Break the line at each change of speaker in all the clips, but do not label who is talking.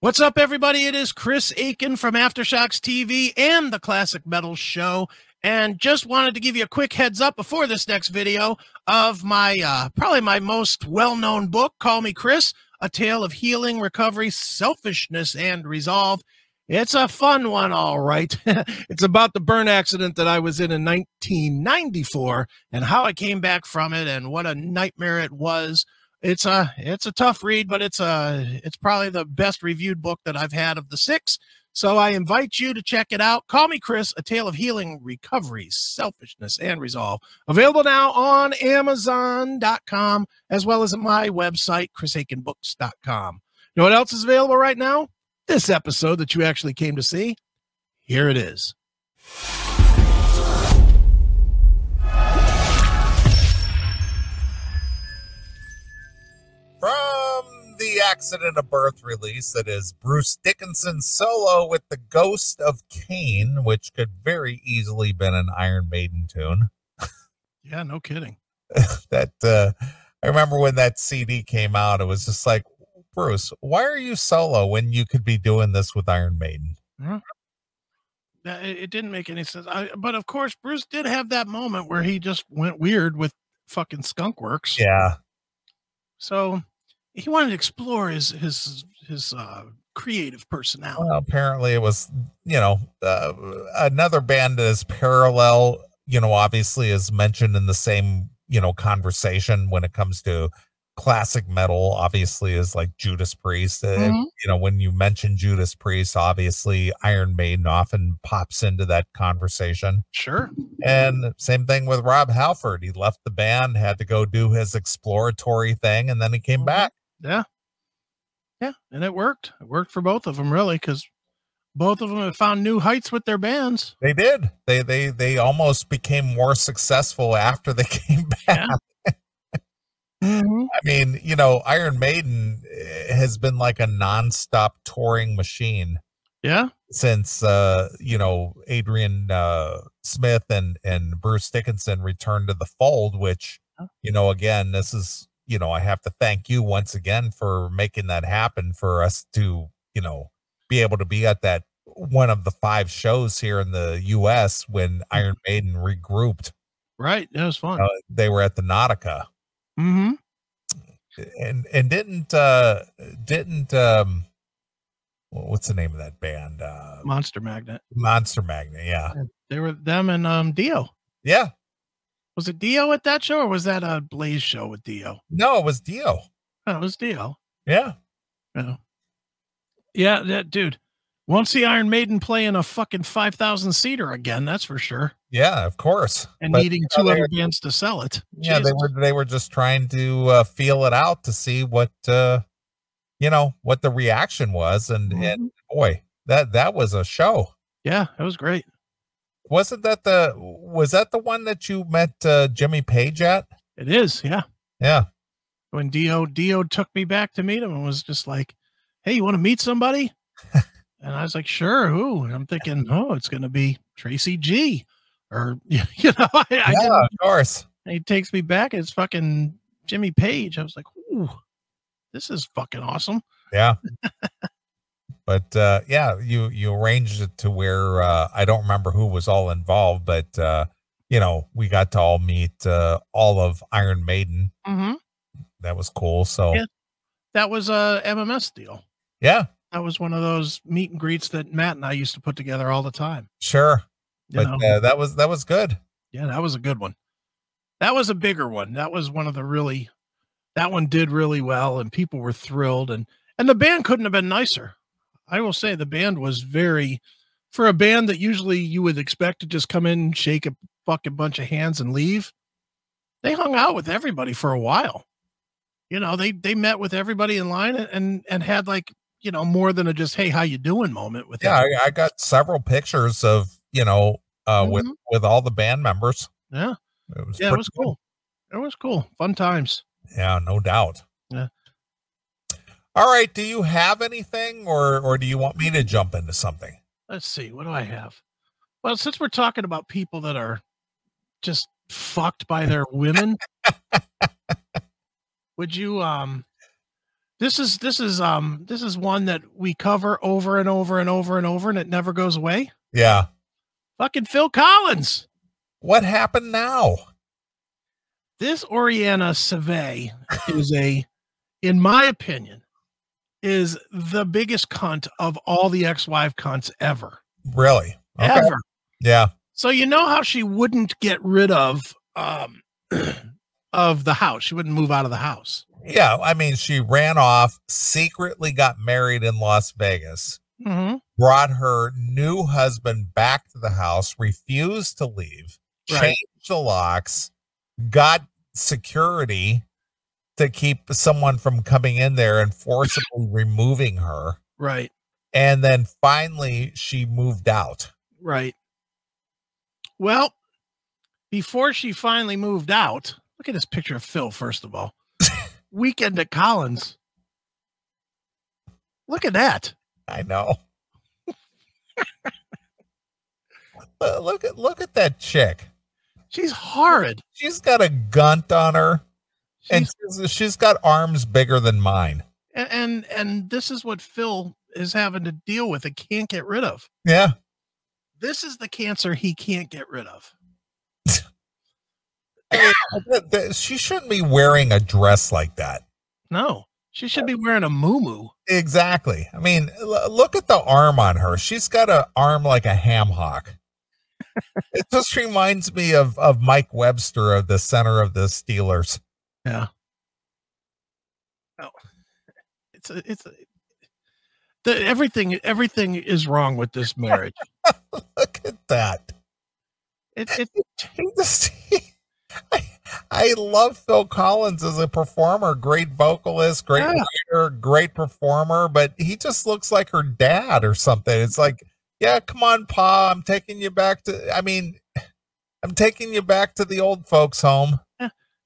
What's up, everybody? It is Chris Aiken from Aftershocks TV and the Classic Metal Show. And just wanted to give you a quick heads up before this next video of my uh, probably my most well known book, Call Me Chris A Tale of Healing, Recovery, Selfishness, and Resolve. It's a fun one, all right. it's about the burn accident that I was in in 1994 and how I came back from it and what a nightmare it was it's a it's a tough read, but it's a it's probably the best reviewed book that I've had of the six. So I invite you to check it out. Call me Chris: A Tale of Healing, Recovery, Selfishness, and Resolve. Available now on Amazon.com as well as at my website, ChrisAikenBooks.com. You know what else is available right now? This episode that you actually came to see. Here it is.
from the accident of birth release that is Bruce Dickinson's solo with the Ghost of Cain, which could very easily been an Iron Maiden tune.
Yeah, no kidding.
That uh, I remember when that CD came out, it was just like, Bruce, why are you solo when you could be doing this with Iron Maiden?
That- It it didn't make any sense. I, but of course, Bruce did have that moment where he just went weird with fucking Skunk Works.
Yeah,
So he wanted to explore his his his uh, creative personality.
well, apparently it was you know uh, another band that is parallel you know obviously is mentioned in the same you know conversation when it comes to classic metal obviously is like judas priest Uh,
Mhm.
you know when you mention judas priest obviously iron maiden often pops into that conversation
Sure.
and same thing with rob halford he left the band had to go do his exploratory thing and then he came
Mhm.
back
Yeah. Yeah, and it worked. It worked for both of them really because both of them have found new heights with their bands.
They did. They they they almost became more successful after they came
Yeah.
back. I mean, you know, Iron Maiden eh, has been like a nonstop touring machine
Yeah.
since uh, you know, Adrian uh Smith and and Bruce Dickinson returned to the fold, which
Huh.
you know, again, this is you know, I have to thank you once again for making that happen for us to, you know, be able to be at that one of the five shows here in the US when Iron Maiden regrouped.
Right. That was fun.
Uh, they were at the Nautica
mm-hmm.
and and didn't uh didn't um wh- what's the name of that band uh
Monster Magnet.
monster magnet yeah
They were them and um Dio.
yeah
Was it Dio at that show or was that a Blaze show with Dio?
no it was dio
Oh, it was Dio.
yeah
Yeah. Yeah, that dude. Once the Iron Maiden play in a fucking five thousand seater again, that's for sure.
yeah of course
And
But,
needing
know,
two
they
other
were-
bands to sell it.
yeah they
Jesus.
were they were just trying to uh feel it out to see what uh you know what the reaction was and
Mm-hmm.
and boy that that was a show
Yeah, that was great.
wasn't that the was that the one that you met uh jimmy page at
It is, yeah.
yeah
When Dio Dio took me back to meet him and was just like, Hey, you want to meet somebody? and I was like, Sure, who? And I'm thinking, Oh, it's gonna be Tracy G. Or you know, I, I
yeah
didn't
of course
And he takes me back and it's fucking Jimmy Page. I was like, ooh, this is fucking awesome.
Yeah. but uh yeah, you you arranged it to where uh I don't remember who was all involved, but uh you know, we got to all meet uh all of Iron Maiden.
Mm-hmm.
That was cool. So
Yeah. That was a MMS deal.
yeah,
That was one of those meet and greets that Matt and I used to put together all the time.
sure.
You
But
know?
uh, that was that was good.
yeah, that was a good one. That was a bigger one. That was one of the really, that one did really well and people were thrilled and, and the band couldn't have been nicer. I will say the band was very, for a band that usually you would expect to just come in, shake a fucking bunch of hands and leave. They hung out with everybody for a while. You know, they, they met with everybody in line and, and, and had like, you know, more than a just, Hey, how you doing moment with
Yeah,
everybody.
I, I got several pictures of, you know, uh with
Mhm.
with all the band members.
Yeah.
It was
Yeah. It
pretty
was
good.
cool. It was cool. Fun times.
Yeah, no doubt.
Yeah.
All right, do you have anything or or do you want me to jump into something?
let's see what do i have well since we're talking about people that are just fucked by their women would you um This is this is um this is one that we cover over and over and over and over and it never goes away.
Yeah.
Fucking Phil Collins.
What happened now?
This Oriana Savay is a, in my opinion, is the biggest cunt of all the ex-wife cunts ever.
Really? Okay.
Ever.
Yeah.
So you know how she wouldn't get rid of um of the house. She wouldn't move out of the house.
Yeah. I mean, she ran off, secretly got married in Las Vegas,
Mm-hmm.
brought her new husband back to the house, refused to leave,
Right.
changed the locks, got security to keep someone from coming in there and forcibly removing her.
Right.
And then finally, she moved out.
Right. Well, before she finally moved out, look at this picture of Phil. First of all, weekend at Collins. Look at that.
I know. But look at look at that chick.
She's horrid.
She's got a gunt on her, and
She's,
she's, she's got arms bigger than mine.
and, and and this is what Phil is having to deal with. and can't get rid of.
Yeah,
This is the cancer he can't get rid of.
That- that- she shouldn't be wearing a dress like that.
No, she should be wearing a muumuu.
Exactly. I mean, l- look at the arm on her. She's got an arm like a ham hock. it just reminds me of of Mike Webster of the center of the Steelers.
It's a, it's a, the, everything. Everything is wrong with this marriage.
Look at that.
It, it,
He just- he- I, I love Phil Collins as a performer, great vocalist, great
Yeah.
writer, great performer, but he just looks like her dad or something. It's like, yeah, come on, Pa, I'm taking you back to, I mean, I'm taking you back to the old folks' home.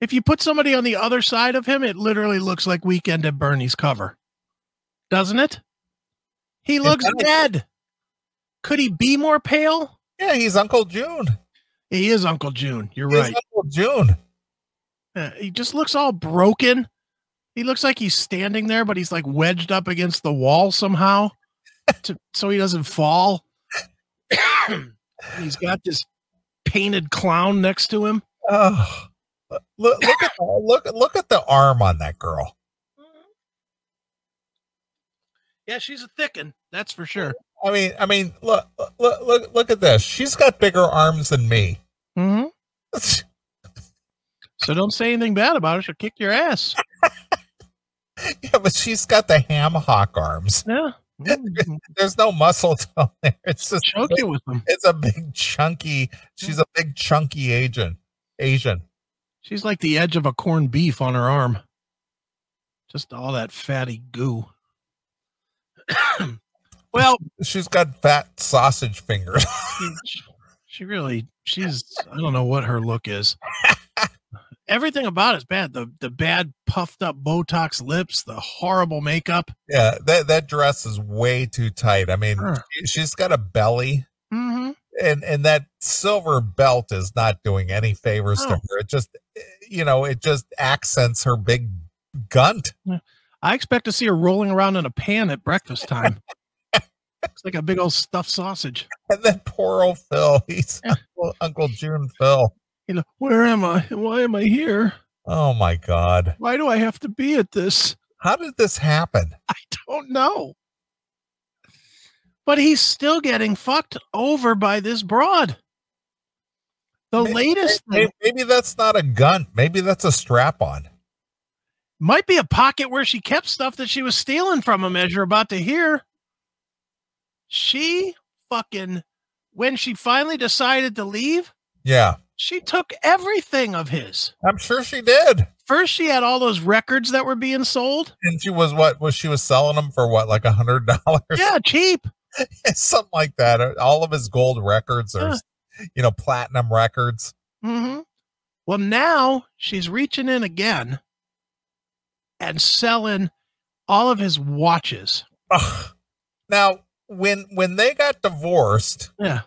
if you put somebody on the other side of him, it literally looks like Weekend at Bernie's cover, doesn't it? He looks
does.
dead. Could he be more pale?
Yeah, he's Uncle June.
He is Uncle June. You're
He's
right.
Uncle June.
Uh, he just looks all broken. He looks like he's standing there, but he's like wedged up against the wall somehow, to, so he doesn't fall. And he's got this painted clown next to him.
Oh, look, look, at, look, look at the arm on that girl.
Yeah, she's a thicken, that's for sure.
I mean, I mean, look, look, look, look at this. She's got bigger arms than me.
Mm-hmm. So don't say anything bad about her. She'll kick your ass.
Yeah, but she's got the ham hock arms.
Yeah. Mm,
There's no muscle tone there. It's just
Choke you with them.
it's a big chunky. She's a big chunky Asian. Asian.
She's like the edge of a corned beef on her arm. Just all that fatty goo. well,
She's got fat sausage fingers.
she, she really, she's, I don't know what her look is. Everything about it's bad. The the bad puffed up Botox lips, the horrible makeup.
yeah, that that dress is way too tight. I mean,
Sure.
she's got a belly,
Mm-hmm.
and and that silver belt is not doing any favors to
No.
her. It just, you know, it just accents her big gunt.
I expect to see her rolling around in a pan at breakfast time. it's like a big old stuffed sausage.
And then poor old Phil, he's Uncle, Uncle June Phil.
You know, where am I? Why am I here?
Oh my God.
Why do I have to be at this?
How did this happen?
I don't know. But he's still getting fucked over by this broad. The
Maybe-
latest
May-
thing
Maybe, that's not a gun. Maybe that's a strap on.
might be a pocket where she kept stuff that she was stealing from him, as you're about to hear. She fucking, when she finally decided to leave,
Yeah.
she took everything of his.
I'm sure she did.
First, she had all those records that were being sold.
And she was what was she was selling them for what like a hundred dollars
Yeah, cheap.
something like that. All of his gold records or
Yeah.
you know, platinum records.
Mm-hmm. Well, now she's reaching in again and selling all of his watches.
Ugh. Now when when they got divorced,
Yeah,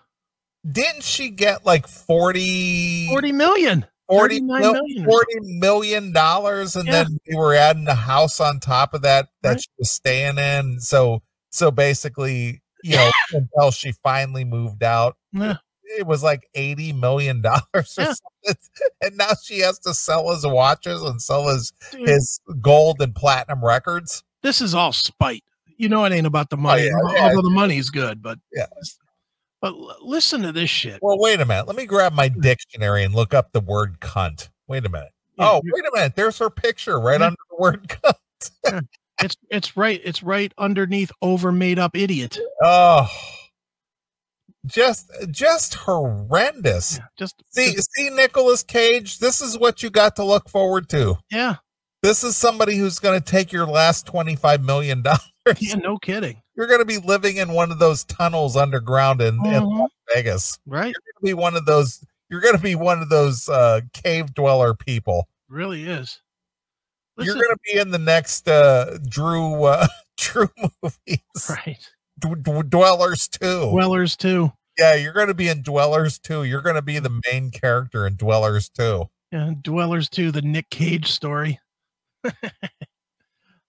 didn't she get like 40,
forty million.
40
39
mil-
million or
40 million dollars and
Yeah.
then we were adding a house on top of that that
Right.
she was staying in so so basically you know until she finally moved out
Yeah.
it was like 80 million dollars or
Yeah.
something and now she has to sell his watches and sell his
something. Dude,
his gold and platinum records
this is all spite. You know it ain't about the money.
yeah,
although
Oh, yeah.
although the money's good, but
Yeah.
But l- listen to this shit.
well wait a minute let me grab
Hmm.
my dictionary and look up the word cunt wait a minute oh
Yeah, Mm-hmm.
wait a minute there's her picture right
Yeah.
under the word cunt
it's it's right. It's right underneath over made up idiot.
Oh, just just horrendous.
Just
See, see, Nicolas Cage. This is what you got to look forward to.
yeah,
This is somebody who's going to take your last twenty five million dollars.
yeah. No kidding.
You're going to be living in one of those tunnels underground in, in
Mhm,
Vegas.
Right.
You're gonna be one of those. You're going to be one of those uh, cave dweller people.
Really is.
you're
Listen-
going to be in the next uh, Drew uh, Drew movies,
right.
D- D- Dwellers Two.
Wellers too.
Yeah, you're going to be in Dwellers too. You're going to be the main character in Dwellers too.
Yeah, Dwellers too. The Nick Cage story.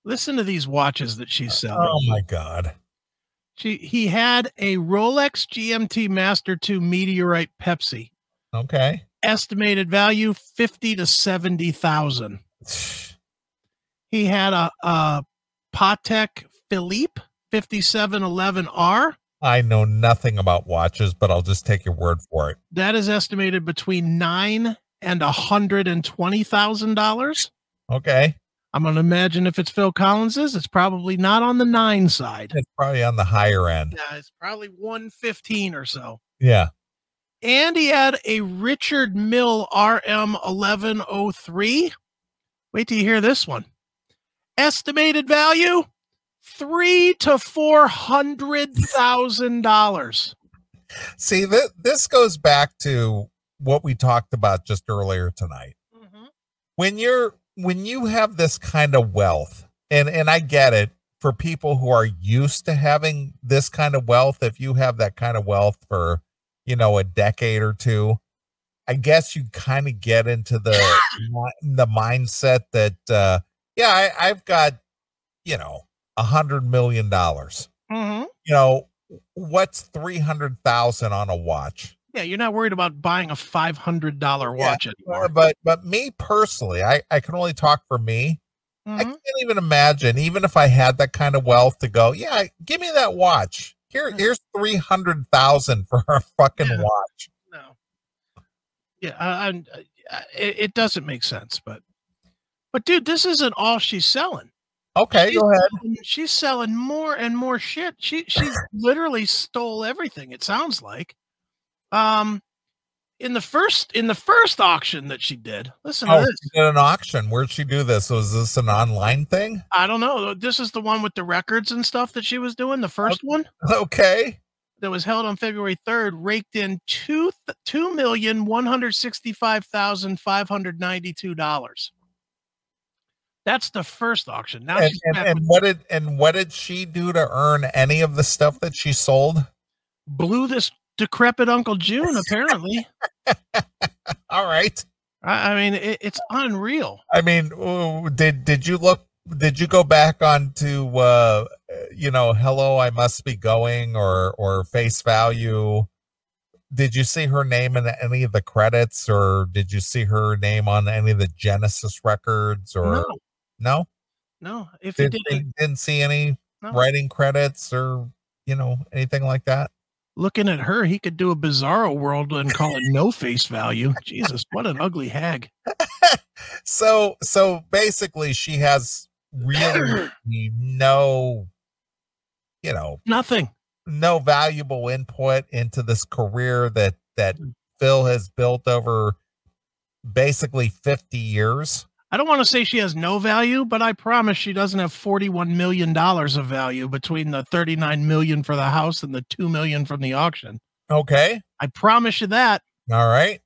Listen to these watches that she's selling.
Oh my god.
She he had a Rolex GMT Master 2 Meteorite Pepsi.
Okay.
Estimated value 50 to 70,000. He had a, a Patek Philippe 5711R.
I know nothing about watches, but I'll just take your word for it.
That is estimated between 9 and $120,000.
Okay.
I'm going to imagine if it's Phil Collins's, it's probably not on the 9 side.
It's probably on the higher end.
Yeah, it's probably 115 or so.
Yeah.
and he had a Richard Mill RM1103. Wait till you hear this one. Estimated value three to four hundred thousand dollars.
See, th- this goes back to what we talked about just earlier tonight. When you're when you have this kind of wealth, and and I get it for people who are used to having this kind of wealth, if you have that kind of wealth for, you know, a decade or two, I guess you kind of get into the mi- the mindset that uh yeah, I, I've got, you know, a hundred million dollars.
Mm-hmm.
You know, what's three hundred thousand on a watch?
Yeah, you're not worried about buying a five hundred dollar
Yeah,
watch anymore.
But but me personally, I, I can only talk for me. I
Mhm.
can't even imagine, even if I had that kind of wealth to go, yeah, give me that watch. Here,
Mhm.
here's three hundred thousand for a fucking
Yeah.
watch.
No. Yeah, I, I'm- I, it, it doesn't make sense, but but dude, this isn't all she's selling.
Okay,
She's
go ahead.
selling- She's selling more and more shit. She she literally stole everything. It sounds like. Um, in the first in the first auction that she did, listen
Oh,
to this.
she did an auction. Where'd she do this? Was this an online thing?
I don't know. uh, This is the one with the records and stuff that she was doing.
Oh.
The first one
Okay.
that was held on February third raked in two two million one hundred sixty five thousand five hundred ninety two dollars. That's the first auction. Now
And,
she's
and,
back
and
with
what did and what did she do to earn any of the stuff that she sold?
blew this decrepit Uncle June apparently.
All right.
I, I mean, it, it's unreal.
I mean, ooh, did did you look? Did you go back onto uh, you know, hello, I must be going, or or face value? Did you see her name in any of the credits, or did you see her name on any of the Genesis records, or
No,
no?
no. If you
Did,
did,
did, not see any
No.
writing credits or you know anything like that.
looking at her, he could do a bizarro world and call it no face value. Jesus, what an ugly hag.
So so basically, she has really no, you know,
Nothing.
no valuable input into this career that that
Hmm.
Phil has built over basically 50 years.
I don't want to say she has no value, but I promise she doesn't have forty-one million dollars of value between the thirty-nine million for the house and the two million from the auction.
Okay.
I promise you that.
All right.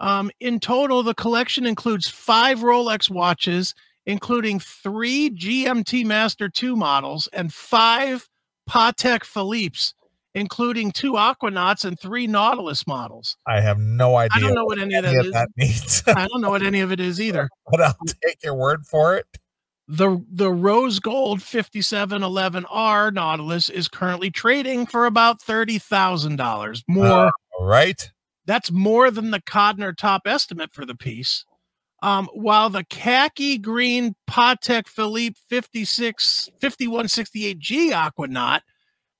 Um, in total, the collection includes five Rolex watches, including three GMT Master 2 models and five Patek Philippe's, including two Aquanauts and three Nautilus models.
I have no idea.
I don't know what any of that is. Hmm.
that means,
I don't know what any of it is either.
but I'll take your word for it.
The the rose gold 5711R Nautilus is currently trading for about $30,000 more.
Uh, All right.
That's more than the Codner top estimate for the piece. Um, while the khaki green Patek Philippe 56 5168G Aquanaut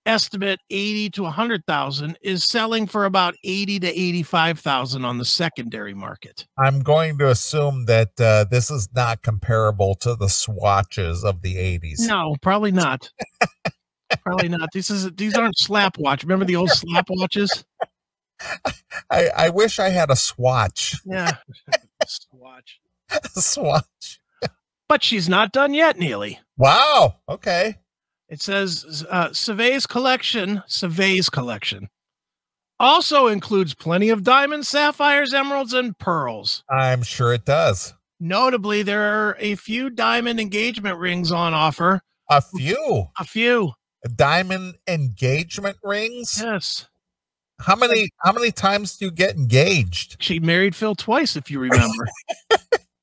estimate 80 to 100,000 is selling for about 80 to 85,000 on the secondary market.
I'm going to assume that uh, this is not comparable to the swatches of the 80s.
No, probably not. probably not. This is these aren't slap watch. Remember the old slap watches?
I, I wish I had a swatch.
Yeah. Swatch.
A swatch.
But she's not done yet, Neely.
Wow. Okay.
It says uh, Savay's collection, Savay's collection also includes plenty of diamonds, sapphires, emeralds, and pearls.
I'm sure it does.
Notably, there are a few diamond engagement rings on offer.
A few
A few.
diamond engagement rings.
Yes.
How many? How many times do you get engaged?
She married Phil twice, if you remember.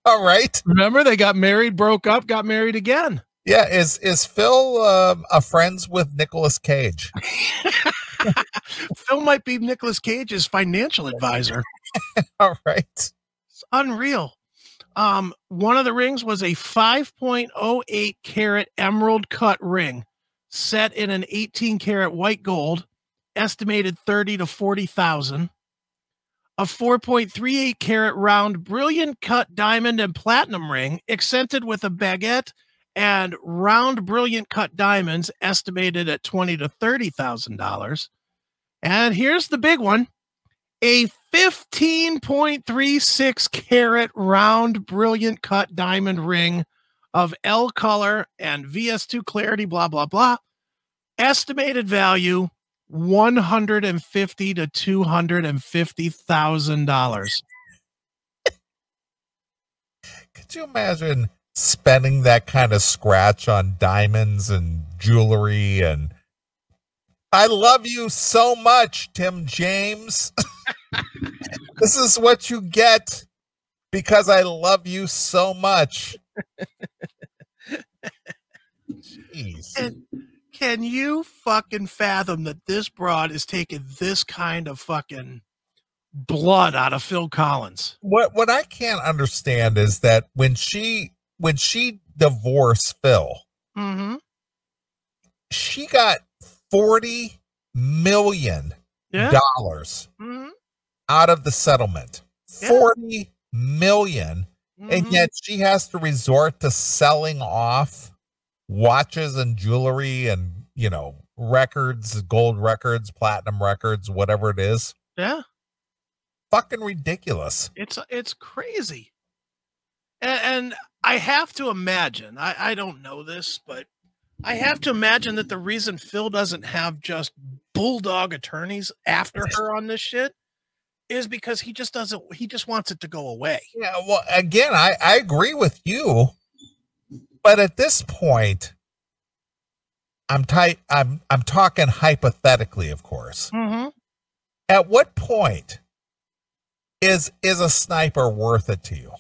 All right.
remember, they got married, broke up, got married again.
Yeah. Is is Phil um, a friends with Nicolas Cage?
Phil might be Nicolas Cage's financial advisor.
All right.
It's unreal. Um, one of the rings was a 5.08 carat emerald cut ring set in an 18 carat white gold, estimated 30 to 40,000. A 4.38 carat round brilliant cut diamond and platinum ring, accented with a baguette and round brilliant cut diamonds, estimated at 20 to 30,000 dollars. And here's the big one a 15.36 carat round brilliant cut diamond ring of L color and VS2 clarity, blah, blah, blah. Estimated value 150 to 250,000 dollars.
Could you imagine spending that kind of scratch on diamonds and jewelry and? I love you so much, Tim James. this is what you get because I love you so much. Jeez.
And can you fucking fathom that this broad is taking this kind of fucking blood out of Phil Collins?
what what I can't understand is that when she when she divorced Phil,
Mm-hmm.
she got forty million
Yeah.
dollars
Mhm.
out of the settlement.
Yeah.
Forty million,
Mhm.
and yet she has to resort to selling off watches and jewelry and you know records, gold records, platinum records, whatever it is.
Yeah.
Fucking ridiculous.
It's it's crazy, and, and I have to imagine. I I don't know this, but I have to imagine that the reason Phil doesn't have just bulldog attorneys after her on this shit is because he just doesn't. He just wants it to go away.
Yeah, well, again, I, I agree with you, but at this point, I'm tight. I'm I'm talking hypothetically, of course.
Mm-hmm.
At what point is is a sniper worth it to you?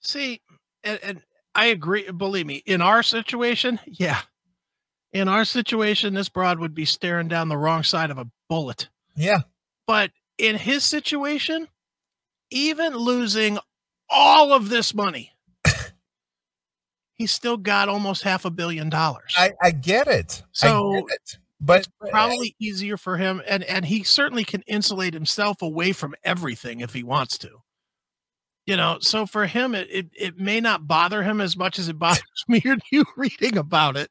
See, and, and I agree. Believe me, in our situation, yeah, in our situation, this broad would be staring down the wrong side of a bullet.
Yeah,
But in his situation, even losing all of this money, he still got almost half a billion dollars.
I I get it.
So,
I get it. but
Probably easier for him, and and he certainly can insulate himself away from everything if he wants to. You know, so for him, it it, it may not bother him as much as it bothers me or you reading about it.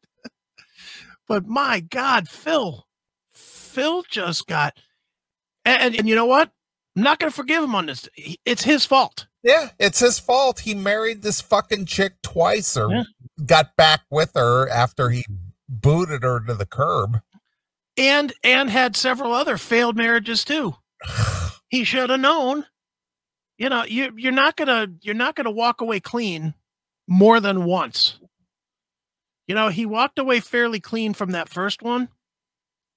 But my God, Phil, Phil just got, and and, and you know what? I'm not going to forgive him on this. He- It's his fault.
yeah, it's his fault. He married this fucking chick twice, or
Yeah.
got back with her after he booted her to the curb.
and and had several other failed marriages too. he should have known. You know, you you're not gonna you're not gonna walk away clean more than once. You know, he walked away fairly clean from that first one,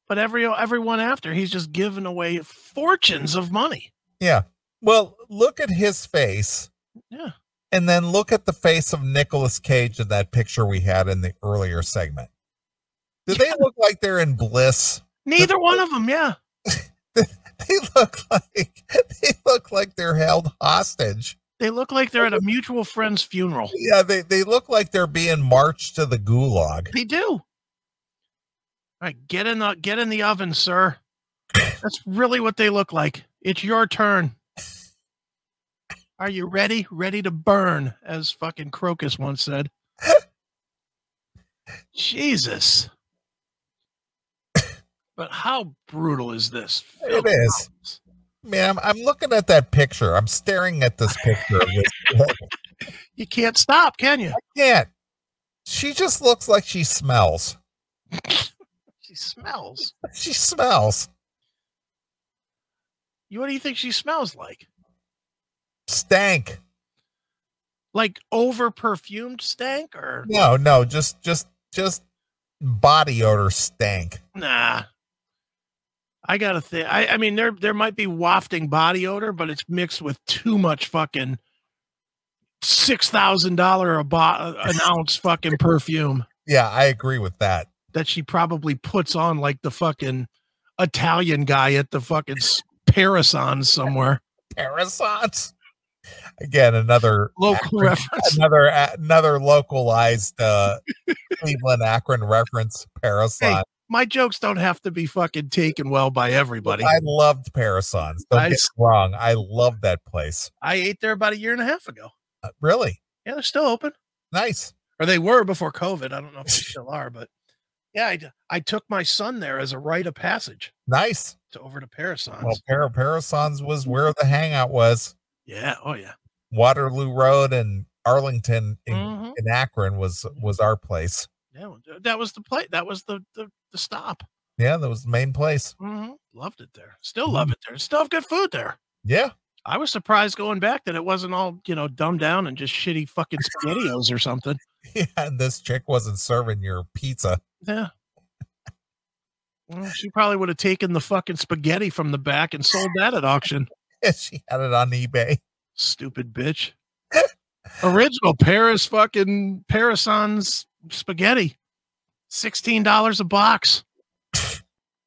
but every everyone after he's just giving away fortunes of money.
Yeah. Well, look at his face.
Yeah.
And then look at the face of Nicolas Cage in that picture we had in the earlier segment. Do they look like they're in bliss?
Neither one of them, yeah.
They look like they look like they're held hostage.
They look like they're at a mutual friend's funeral.
Yeah, they, they look like they're being marched to the gulag.
They do. All right, get in the get in the oven, sir. That's really what they look like. It's your turn. Are you ready? Ready to burn, as fucking Crocus once said. Jesus. But how brutal is this?
It is. Man, I'm, I'm looking at that picture. I'm staring at this picture. of this-
You can't stop, can you?
I can't. She just looks like she smells.
She smells.
She smells
You what do you think she smells like?
stank.
Like over perfumed stank or
No, no, just just just body odor stank.
Nah. I gotta think. I, I mean, there there might be wafting body odor, but it's mixed with too much fucking six thousand dollar a bo- an ounce fucking perfume
Yeah, I agree with that.
that she probably puts on like the fucking Italian guy at the fucking s- Parasons somewhere.
Parasons. Again, another
Local
Akron-
reference.
another another localized uh, Cleveland Akron reference. Parasons.
My jokes don't have to be fucking taken well by everybody.
I loved Parasons. Don't
I
get
s-
me wrong. I love that place.
I ate there about a year and a half ago.
Uh, Really
Yeah, they're still open.
nice.
or they were before COVID. I don't know if they still are, but yeah, I, d- I took my son there as a rite of passage
Nice.
to over to Parasons.
Well, Para Parasons was where the hangout was.
yeah, oh yeah,
Waterloo Road and Arlington in,
Mhm.
in Akron was was our place.
yeah. well, th- That was the play. That was the the, the stop.
Yeah, that was the main place.
hmm Loved it there. Still love it there. Still have good food there.
Yeah.
I was surprised going back that it wasn't all you know dumbed down and just shitty fucking spaghettios or something.
Yeah, and this chick wasn't serving your pizza.
Yeah. Well, she probably would have taken the fucking spaghetti from the back and sold that at auction.
she had it on eBay.
stupid bitch. Original Paris fucking Parisons spaghetti. Sixteen dollars a box.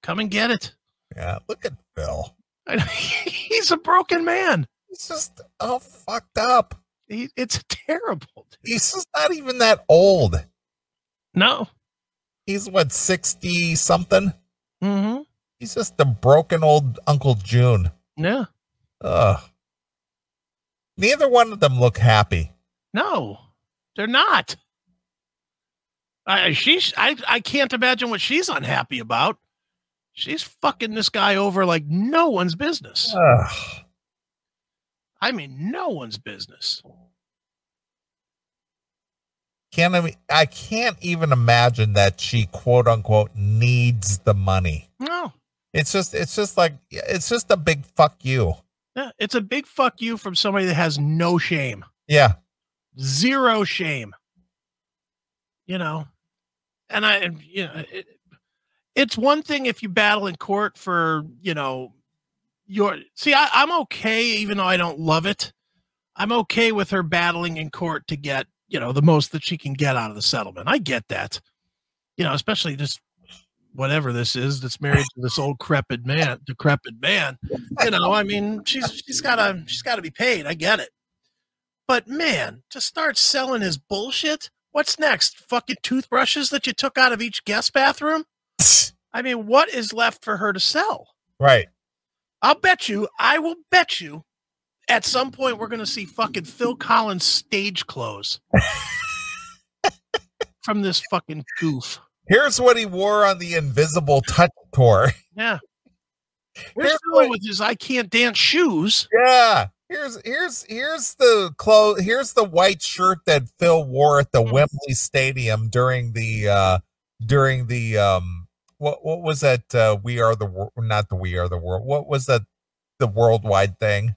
Come and get it.
Yeah, look at Phil.
I- He's a broken man.
He's just all fucked up.
He, it's terrible.
He's just not even that old.
No.
He's what sixty something.
Mm-hmm.
He's just a broken old Uncle June.
Yeah.
Ugh. Neither one of them look happy.
No, they're not. I she's I I can't imagine what she's unhappy about. She's fucking this guy over like no one's business.
Ugh.
I mean, no one's business.
can't I, I can't even imagine that she quote unquote needs the money.
No.
It's just it's just like it's just a big fuck you.
Yeah, it's a big fuck you from somebody that has no shame,
Yeah.
zero shame. You know, and I, and, you know, it, it's one thing if you battle in court for you know your. See, I, I'm okay, even though I don't love it. I'm okay with her battling in court to get you know the most that she can get out of the settlement. I get that. You know, especially this whatever this is that's married to this old crepid man, decrepit man you know, I mean, she's she's gotta she's gotta be paid. I get it. But man, to start selling his bullshit, what's next? Fucking toothbrushes that you took out of each guest bathroom? I mean, what is left for her to sell?
right.
I'll bet you, I will bet you at some point we're gonna see fucking Phil Collins stage clothes from this fucking goof.
Here's what he wore on the Invisible Touch tour.
Yeah. Where's
Here's
Phil
what-
with his I can't dance shoes?
Yeah. Here's here's here's the clothes here's the white shirt that Phil wore at the
Mhm.
Wembley Stadium during the uh during the um what what was that uh we are the world not the we are the world what was that the worldwide thing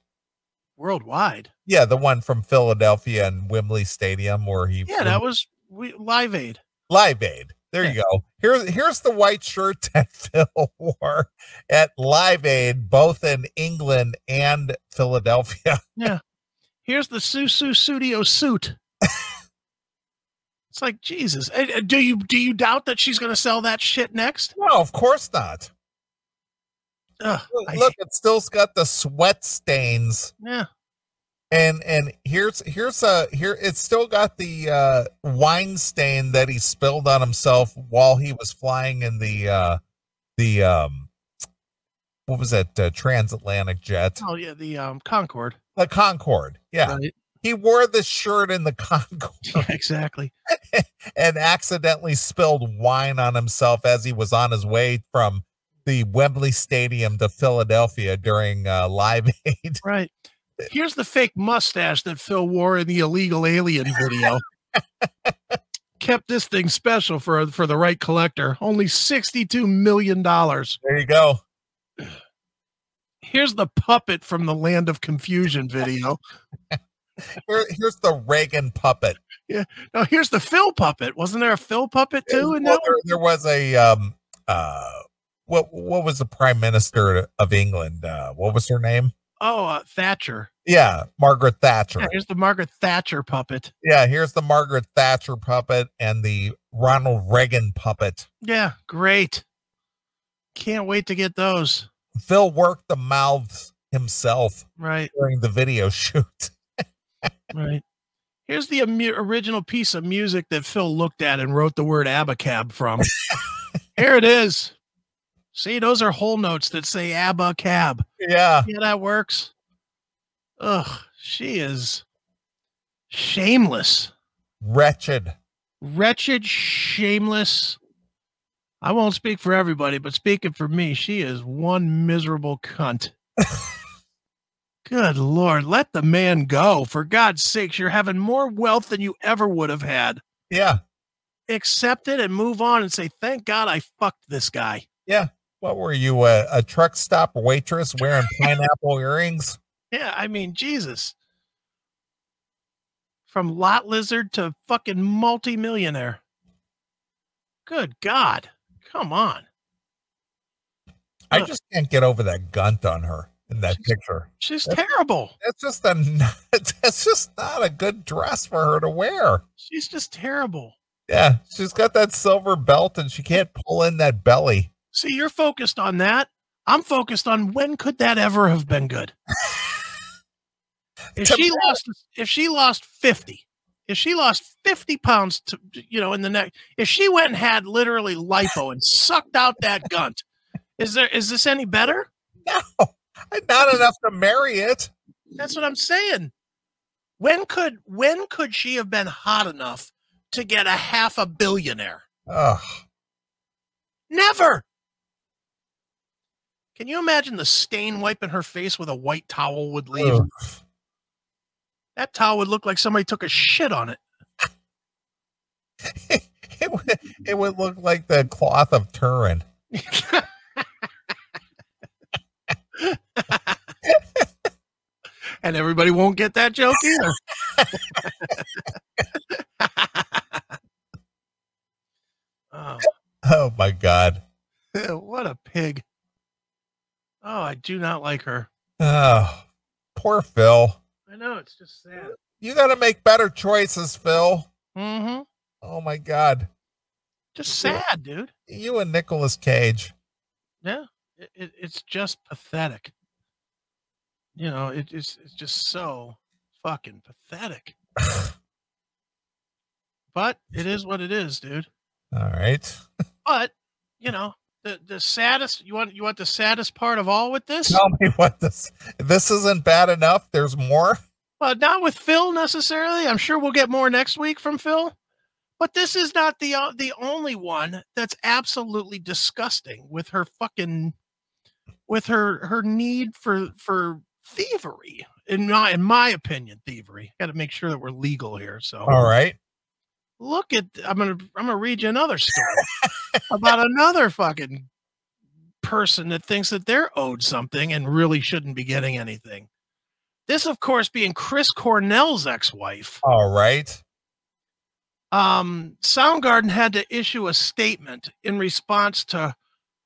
Worldwide.
Yeah, the one from Philadelphia and Wembley Stadium where he
Yeah, that was we, Live Aid.
Live Aid. There you go. Here's here's the white shirt that Phil wore at Live Aid, both in England and Philadelphia.
Here's the Susu Studio suit. it's like Jesus. eh, eh, Do you do you doubt that she's going to sell that shit next?
No, of course not.
Ugh, I-
Look, it still's got the sweat stains,
yeah.
and and here's here's a here. It's still got the uh, wine stain that he spilled on himself while he was flying in the uh, the um, what was that uh, transatlantic jet?
Oh yeah, the um Concord.
The Concorde. Yeah,
Right.
he wore this shirt in the Concorde.
Yeah, exactly.
and accidentally spilled wine on himself as he was on his way from the Wembley Stadium to Philadelphia during uh, Live Aid.
Right. Here's the fake mustache that Phil wore in the illegal alien video. Kept this thing special for for the right collector. Only sixty-two million dollars.
There you go.
Here's the puppet from the Land of Confusion video.
Here, here's the Reagan puppet.
Now here's the Phil puppet. Wasn't there a Phil puppet too? in
Well,
that
there, there was a um uh what what was the Prime Minister of England? Uh, what was her name?
Oh, uh, Thatcher.
Yeah, Margaret Thatcher.
Yeah, here's the Margaret Thatcher puppet.
Yeah, here's the Margaret Thatcher puppet and the Ronald Reagan puppet.
Yeah, great. Can't wait to get those.
Phil worked the mouths himself
Right,
during the video shoot.
right. Here's the amu- original piece of music that Phil looked at and wrote the word abacab from. Here it is. See, those are whole notes that say abacab.
Yeah.
Yeah, that works. Ugh, she is shameless.
wretched.
wretched, shameless. I won't speak for everybody, but speaking for me, she is one miserable cunt. Good Lord, let the man go. For God's sakes, you're having more wealth than you ever would have had.
Yeah.
Accept it and move on and say, thank God I fucked this guy.
What were you, a, a truck stop waitress wearing pineapple earrings?
Yeah, I mean, Jesus. From lot lizard to fucking multimillionaire. Good God. Come on.
I
Huh.
just can't get over that gunt on her in that
She's-
picture.
She's
Yep.
terrible.
That's just a that's just not a good dress for her to wear.
She's just terrible.
Yeah, she's got that silver belt and she can't pull in that belly.
See, you're focused on that. I'm focused on when could that ever have been good? if
To
she lost if she lost 50, if she lost 50 pounds to you know in the neck, if she went and had literally lipo and sucked out that gunt, is there is this any better?
No, not enough to marry it.
That's what I'm saying. When could when could she have been hot enough to get a half a billionaire?
Ugh.
Never. Can you imagine the stain wiping her face with a white towel would leave?
Ugh.
That towel would look like somebody took a shit on it.
It would, it would look like the cloth of Turin.
and everybody won't get that joke either. oh,
Oh my God.
what a pig. Oh, I do not like her.
Oh, poor Phil.
I know it's just sad.
You got to make better choices, Phil.
Mm-hmm.
Oh my God.
Just
Yeah.
sad, dude.
You and Nicolas Cage.
Yeah, it, it, it's just pathetic. You know, it, it's it's just so fucking pathetic. But it is what it is, dude.
All right.
But you know, the the saddest you want you want the saddest part of all with this?
Tell me what this this isn't bad enough. There's more.
Uh, not with Phil necessarily. I'm sure we'll get more next week from Phil. But this is not the o the only one that's absolutely disgusting with her fucking with her her need for for thievery. In my in my opinion, thievery. Got to make sure that we're legal here. So
All right.
look at I'm gonna I'm gonna read you another story about another fucking person that thinks that they're owed something and really shouldn't be getting anything. This, of course, being Chris Cornell's ex-wife.
All right.
um, Soundgarden had to issue a statement in response to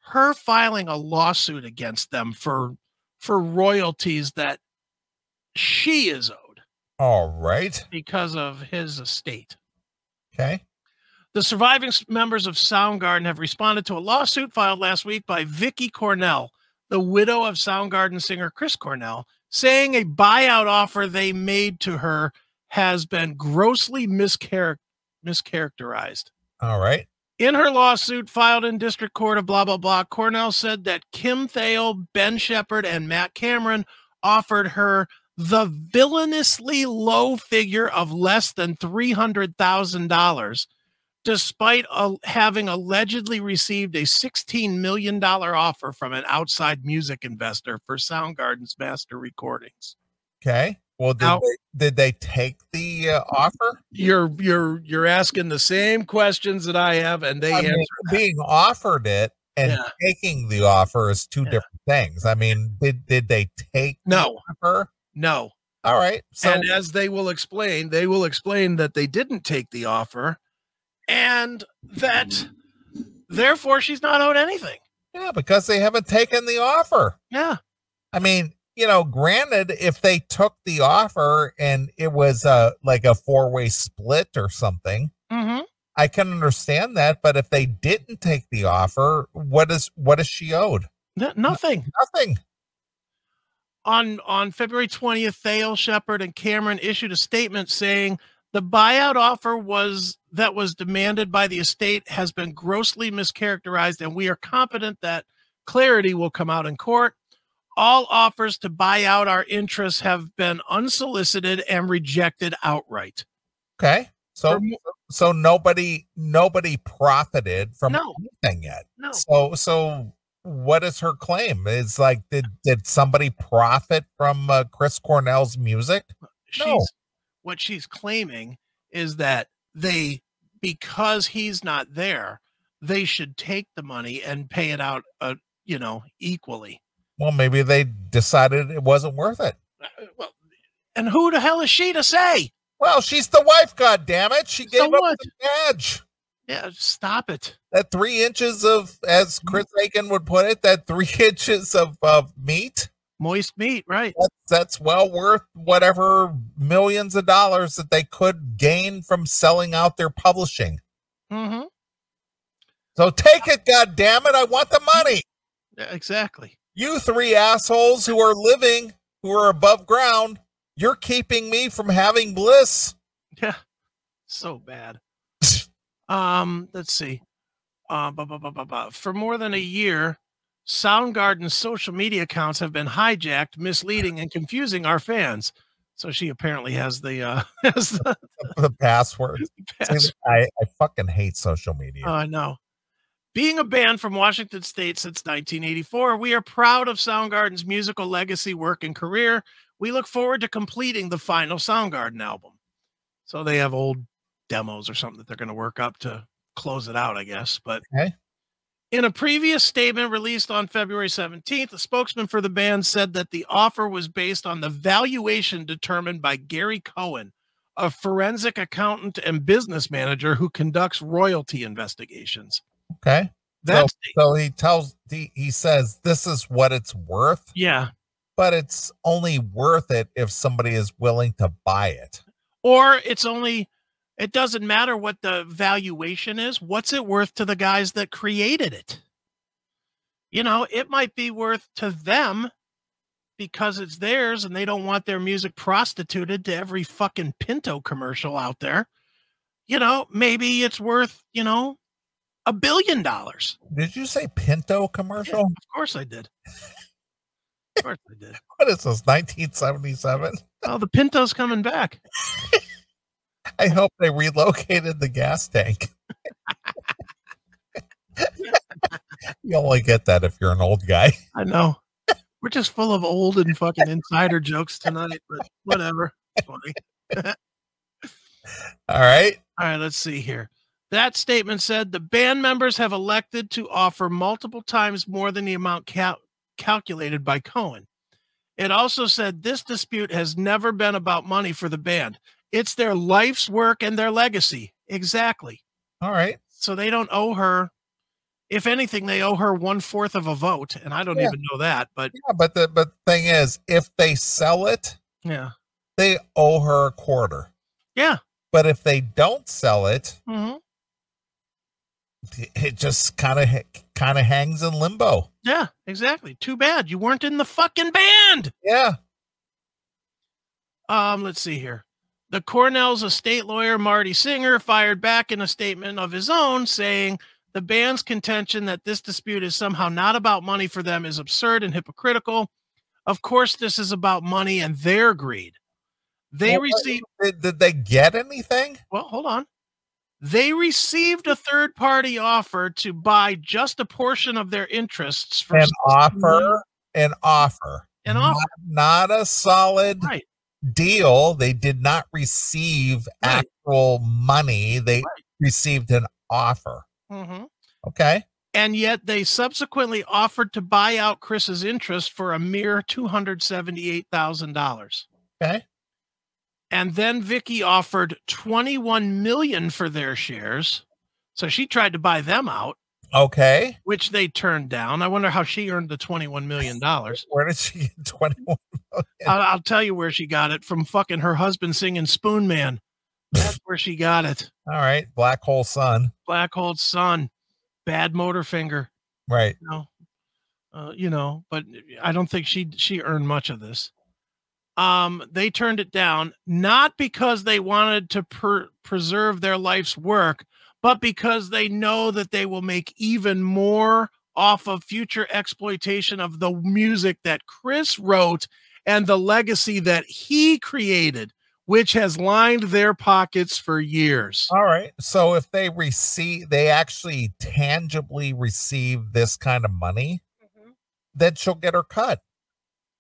her filing a lawsuit against them for for royalties that she is owed
All right.
because of his estate.
Okay.
The surviving s- members of Soundgarden have responded to a lawsuit filed last week by Vicky Cornell, the widow of Soundgarden singer Chris Cornell, saying a buyout offer they made to her has been grossly mischar- mischaracterized.
All right.
In her lawsuit filed in district court of blah, blah, blah, Cornell said that Kim Thayil, Ben Shepard, and Matt Cameron offered her the villainously low figure of less than $300,000, despite a, having allegedly received a $16 million offer from an outside music investor for Soundgarden's master recordings.
Okay. Well, did
Now-
they, did they take the uh, offer?
You're you're you're asking the same questions that I have, and they
I mean,
answer.
being offered it and
Yeah.
taking the offer is two
Yeah.
different things. I mean, did did they take
No,
the offer?
no.
All right. So
and as they will explain, they will explain that they didn't take the offer and that therefore she's not owed anything.
yeah, because they haven't taken the offer.
Yeah.
I mean, you know, granted, if they took the offer and it was uh like a four way split or something,
Mm-hmm.
I can understand that. But if they didn't take the offer, what is what is she owed?
nothing.
Nothing.
On on February 20th, Thale, Shepard, and Cameron issued a statement saying the buyout offer was that was demanded by the estate has been grossly mischaracterized, and we are confident that clarity will come out in court. All offers to buy out our interests have been unsolicited and rejected outright.
Okay. So
Remo-
so nobody nobody profited from
No.
anything yet.
no,
So so what is her claim? It's like did did somebody profit from uh, Chris Cornell's music?
she's what she's claiming is that they because he's not there, they should take the money and pay it out, uh, you know, equally.
Well, maybe they decided it wasn't worth it.
Uh, Well, and who the hell is she to say?
Well, she's the wife, god damn it. She
So
gave up
what?
the badge.
Yeah, stop it.
That three inches of, as
Mm-hmm.
Chris Aiken would put it, that three inches of, of meat,
Moist meat, right?
that's, that's well worth whatever millions of dollars that they could gain from selling out their publishing.
Mm-hmm.
So take it, god damn it. I want the money.
Exactly.
You three assholes who are living, who are above ground, you're keeping me from having bliss.
Yeah, so bad. um, let's see. Uh, ba ba ba ba ba. For more than a year, Soundgarden's social media accounts have been hijacked, misleading, and confusing our fans. So she apparently has the uh, has the
The password.
pass.
I, I fucking hate social media.
Oh, I know. Being a band from Washington State since 1984, we are proud of Soundgarden's musical legacy, work, and career. We look forward to completing the final Soundgarden album. So they have old demos or something that they're going to work up to close it out, I guess. But
Okay.
in a previous statement released on February 17th, a spokesman for the band said that the offer was based on the valuation determined by Gary Cohen, a forensic accountant and business manager who conducts royalty investigations.
okay.
That's
So he tells he, he says this is what it's worth,
yeah.
but it's only worth it if somebody is willing to buy it.
Or it's only it doesn't matter what the valuation is. What's it worth to the guys that created it? You know, it might be worth to them because it's theirs and they don't want their music prostituted to every fucking Pinto commercial out there. You know, maybe it's worth, you know, a billion dollars.
Did you say Pinto
Yeah,
commercial?
of course I did. Of course I did.
What is this? 1977?
Oh, the Pinto's coming back.
I hope they relocated the gas tank. you only get that if you're an old guy.
I know. We're just full of old and fucking insider jokes tonight, but whatever. It's funny.
All right.
All right, let's see here. That statement said the band members have elected to offer multiple times more than the amount cal- calculated by Cohen. It also said this dispute has never been about money for the band. It's their life's work and their legacy. Exactly.
All right.
So they don't owe her. If anything, they owe her one fourth of a vote, and I don't
Yeah.
even know that. But
Yeah, but the but the thing is, if they sell it,
yeah,
they owe her a quarter.
yeah,
But if they don't sell it,
hmm
it just kind of kind of hangs in limbo.
yeah, exactly. Too bad you weren't in the fucking band.
Yeah.
Um, let's see here. The Cornell's estate lawyer, Marty Singer, fired back in a statement of his own saying the band's contention that this dispute is somehow not about money for them is absurd and hypocritical. Of course, this is about money and their greed. They
Well, uh, what-
received,
Did, did they get anything?
well, hold on. They received a third party offer to buy just a portion of their interests for
An
$60 million.
offer. An offer.
An offer.
Not, not a solid
Right.
deal. They did not receive
Right.
actual money. They
Right.
received an offer.
Mm-hmm.
Okay.
and yet they subsequently offered to buy out Chris's interest for a mere $278,000.
Okay.
And then Vicky offered 21 million for their shares. So she tried to buy them out,
Okay.
which they turned down. I wonder how she earned the 21 million dollars.
Where did she get 21?
I'll, I'll tell you where she got it from fucking her husband singing Spoon Man. That's where she got it.
All right. Black hole sun.
Black Hole Sun, Bad Motor Finger,
Right.
you know, uh, you know, but I don't think she she earned much of this. Um, they turned it down not because they wanted to per- preserve their life's work, but because they know that they will make even more off of future exploitation of the music that Chris wrote and the legacy that he created, which has lined their pockets for years.
All right. So if they receive, they actually tangibly receive this kind of money, then she'll get her cut.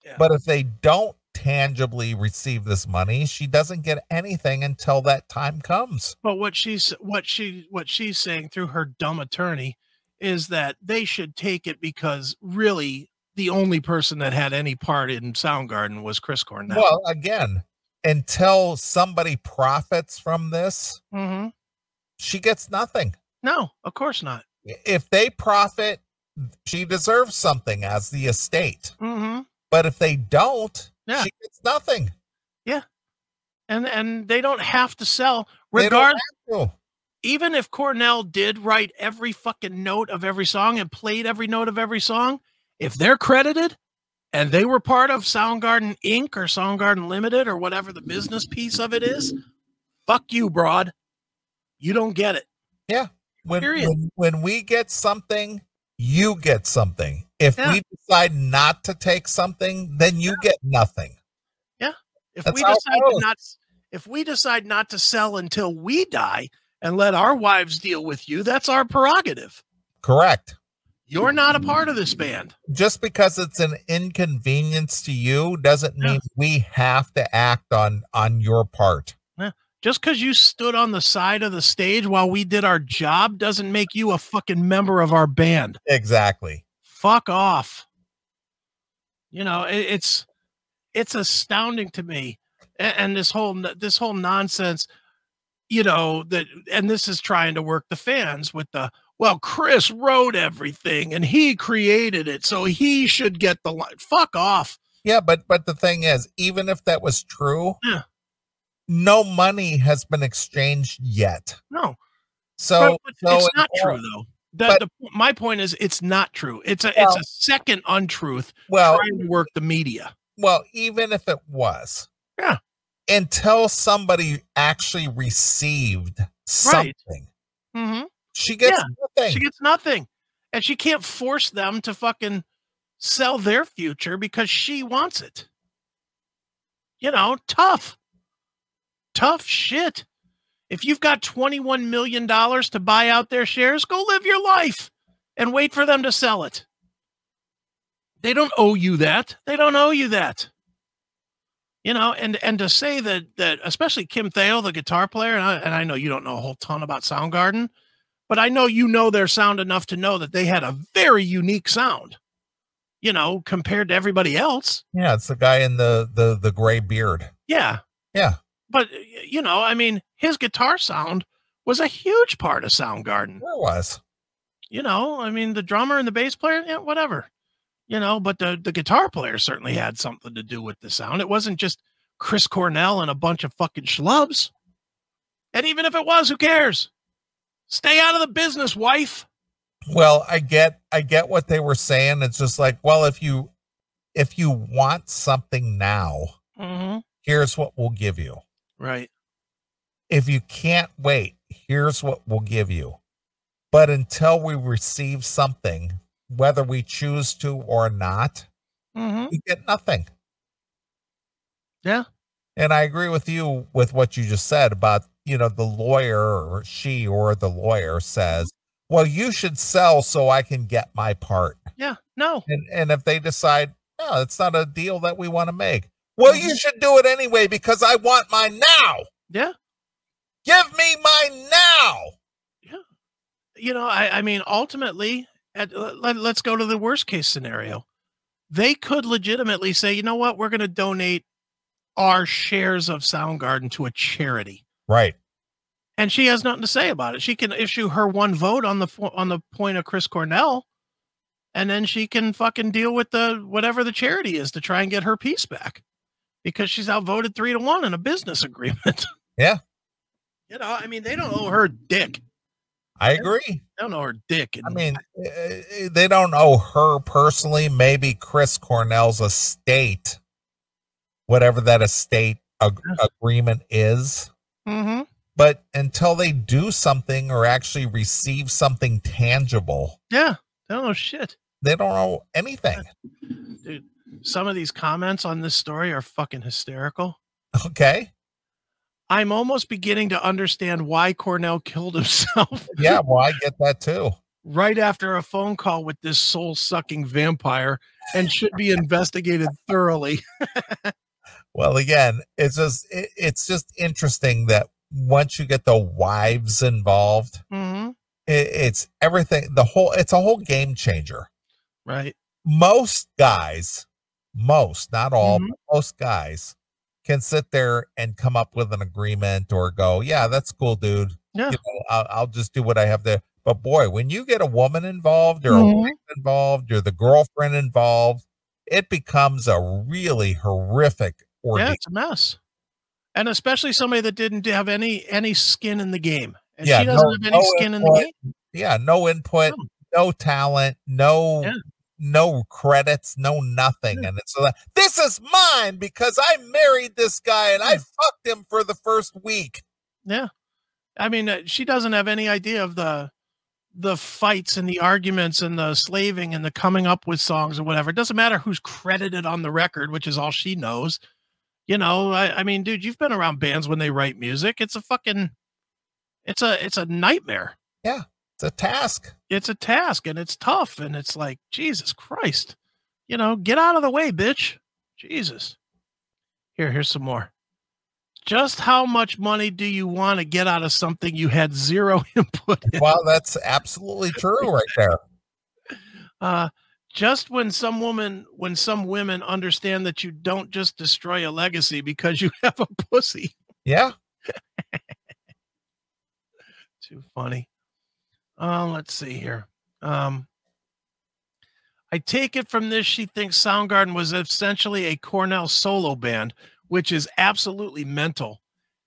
Yeah.
But if they don't tangibly receive this money, she doesn't get anything until that time comes.
But what she's what she what she's saying through her dumb attorney is that they should take it because really the only person that had any part in Soundgarden was Chris Cornell.
Well, again, until somebody profits from this,
Mhm.
she gets nothing.
No, of course not.
If they profit, she deserves something as the estate.
hmm
But if they don't,
Yeah.
she gets nothing.
And and they don't have to sell.
They don't
Regard
have to.
even if Cornell did write every fucking note of every song and played every note of every song, if they're credited and they were part of Soundgarden Inc. or Soundgarden Limited or whatever the business piece of it is, fuck you, broad. You don't get it.
when,
Period.
when when we get something you get something if
Yeah.
we decide not to take something then you get nothing
If
That's
we
how it
decide to
goes.
not if we decide not to sell until we die and let our wives deal with you, that's our prerogative.
correct
You're not a part of this band.
just because it's an inconvenience to you doesn't
Yeah.
mean we have to act on on your part
just because you stood on the side of the stage while we did our job doesn't make you a fucking member of our band.
exactly
Fuck off. You know, it, it's it's astounding to me, A- and, this whole n- this whole nonsense. You know that, and this is trying to work the fans with the well. Chris wrote everything, and he created it, so he should get the line. Fuck off.
yeah but but the thing is even if that was true
Yeah.
no money has been exchanged yet
No,
so
But- but
so
it's
in
not
all-
true though. The,
but-
the, my point is, it's not true. It's a it's
Well- Oh.
a second untruth
well
trying to work the media.
Well, even if it was,
Yeah.
until somebody actually received something,
Mm-hmm.
she gets nothing.
She gets nothing, and she can't force them to fucking sell their future because she wants it. You know, tough, tough shit. If you've got twenty-one million dollars to buy out their shares, go live your life and wait for them to sell it. They don't owe you that. They don't owe you that. You know, and and to say that that especially Kim Thayil, the guitar player, and I, and I know you don't know a whole ton about Soundgarden, but I know you know their sound enough to know that they had a very unique sound, you know, compared to everybody else.
yeah, it's the guy in the the the gray beard.
Yeah.
Yeah.
But, y- you know, I mean, his guitar sound was a huge part of Soundgarden.
Sure was.
You know, I mean, the drummer and the bass player, yeah, whatever. You know, but the the guitar player certainly had something to do with the sound. It wasn't just Chris Cornell and a bunch of fucking schlubs. And even if it was, who cares? Stay out of the business, wife.
Well, I get I get what they were saying. It's just like, well, if you if you want something now,
Mm-hmm.
here's what we'll give you.
Right.
If you can't wait, here's what we'll give you. But until we receive something, whether we choose to or not,
Mm-hmm.
we get nothing.
Yeah.
And I agree with you with what you just said about, you know, the lawyer or she or the lawyer says, well, you should sell so I can get my part.
Yeah. No.
And, and if they decide, no, it's not a deal that we want to make, well, you should do it anyway because I want mine now.
Yeah.
Give me mine now.
you know, I, I mean, ultimately, at, let, let's go to the worst case scenario. They could legitimately say, you know what, we're going to donate our shares of Soundgarden to a charity,
Right.
and she has nothing to say about it. She can issue her one vote on the fo- on the point of Chris Cornell, and then she can fucking deal with the whatever the charity is to try and get her piece back, because she's outvoted three to one in a business agreement.
Yeah.
you know, I mean, they don't owe her dick.
I agree.
They don't owe her dick.
I
and-
mean, eh, eh, they don't owe her personally. Maybe Chris Cornell's estate, whatever that estate ag- agreement is.
Mhm.
But until they do something or actually receive something tangible,
Yeah. They don't know shit.
they don't owe anything.
Some of these comments on this story are fucking hysterical.
Okay.
I'm almost beginning to understand why Cornell killed himself
Yeah. Well, I get that too.
right after a phone call with this soul sucking vampire and should be investigated thoroughly.
Well, again, it's just it, it's just interesting that once you get the wives involved,
Mm-hmm.
it, it's everything. The whole it's a whole game changer.
Right.
most guys, most, not all,
Mhm.
but most guys can sit there and come up with an agreement or go, yeah, that's cool, dude.
Yeah.
You know, I'll, I'll just do what I have to. But boy, when you get a woman involved or a
Mhm.
wife involved or the girlfriend involved, it becomes a really horrific ordeal.
Yeah, it's a mess. And especially somebody that didn't have any any skin in the game. And
Yeah,
she doesn't
no-
have any
no
skin in the
input.
game.
Yeah. No input,
No.
no talent, no.
Oh. Yeah.
No credits, no nothing, and it's like this is mine because I married this guy and I
Yeah.
fucked him for the first week.
Yeah. I mean, uh, she doesn't have any idea of the the fights and the arguments and the slaving and the coming up with songs or whatever. It doesn't matter who's credited on the record, which is all she knows. You know, I, I mean, dude, you've been around bands when they write music. It's a fucking it's a it's a nightmare.
It's a task.
It's a task and it's tough and it's like, Jesus Christ. You know, get out of the way, bitch. Jesus. Here, here's some more. Just how much money do you want to get out of something you had zero input in?
Well, that's absolutely true right there.
Uh, just when some woman, when some women understand that you don't just destroy a legacy because you have a pussy.
Yeah.
Too funny. Uh, let's see here. Um, I take it from this, she thinks Soundgarden was essentially a Cornell solo band, which is absolutely mental.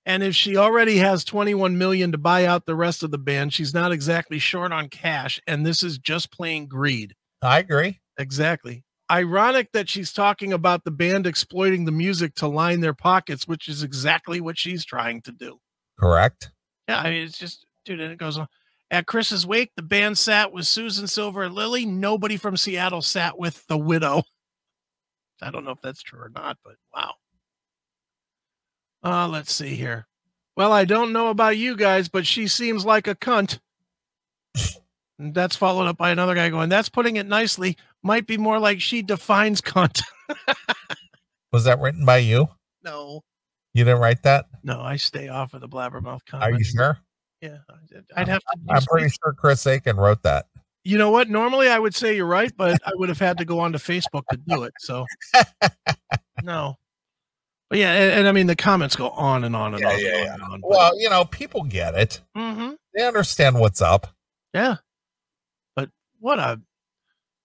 And if she already has 21 million to buy out the rest of the band, she's not exactly short on cash. And this is just plain greed.
I agree.
Exactly. Ironic that she's talking about the band exploiting the music to line their pockets, which is exactly what she's trying to do.
Correct.
Yeah, I mean, it's just, dude, and it goes on. At Chris's wake, the band sat with Susan Silver and Lily. Nobody from Seattle sat with the widow. I don't know if that's true or not, but wow. Uh, let's see here. Well, I don't know about you guys, but she seems like a cunt. And that's followed up by another guy going, That's putting it nicely. Might be more like she defines cunt.
Was that written by you?
no,
You didn't write that?
no, I stay off of the blabbermouth
Are
comment.
you sure?
Yeah, I'd have to.
I'm
use-
pretty sure Chris Aiken wrote that.
You know what? Normally I would say you're right, but I would have had to go onto Facebook to do it. So, no. But yeah, and, and I mean the comments go on and on and
Yeah,
on, and
yeah,
on
yeah.
and on. but-
Well, you know, people get it.
Mhm.
They understand what's up.
Yeah. But what a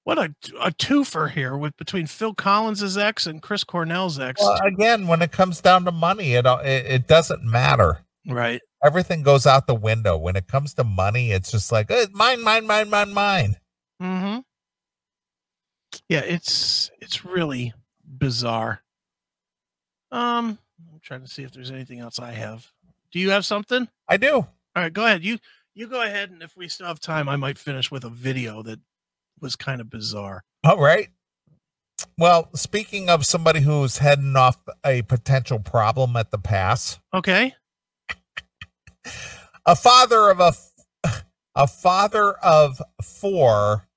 what a a twofer here with between Phil Collins's ex and Chris Cornell's ex.
Well, again, when it comes down to money, it uh, it, it doesn't matter.
right.
Everything goes out the window when it comes to money. It's just like eh, mine, mine, mine, mine, mine.
Mm-hmm. Yeah, it's it's really bizarre. Um, I'm trying to see if there's anything else I have. Do you have something?
I do.
All right, go ahead. You you go ahead, and if we still have time, I might finish with a video that was kind of bizarre.
All right. Well, speaking of somebody who's heading off a potential problem at the pass,
Okay.
a father of a a father of four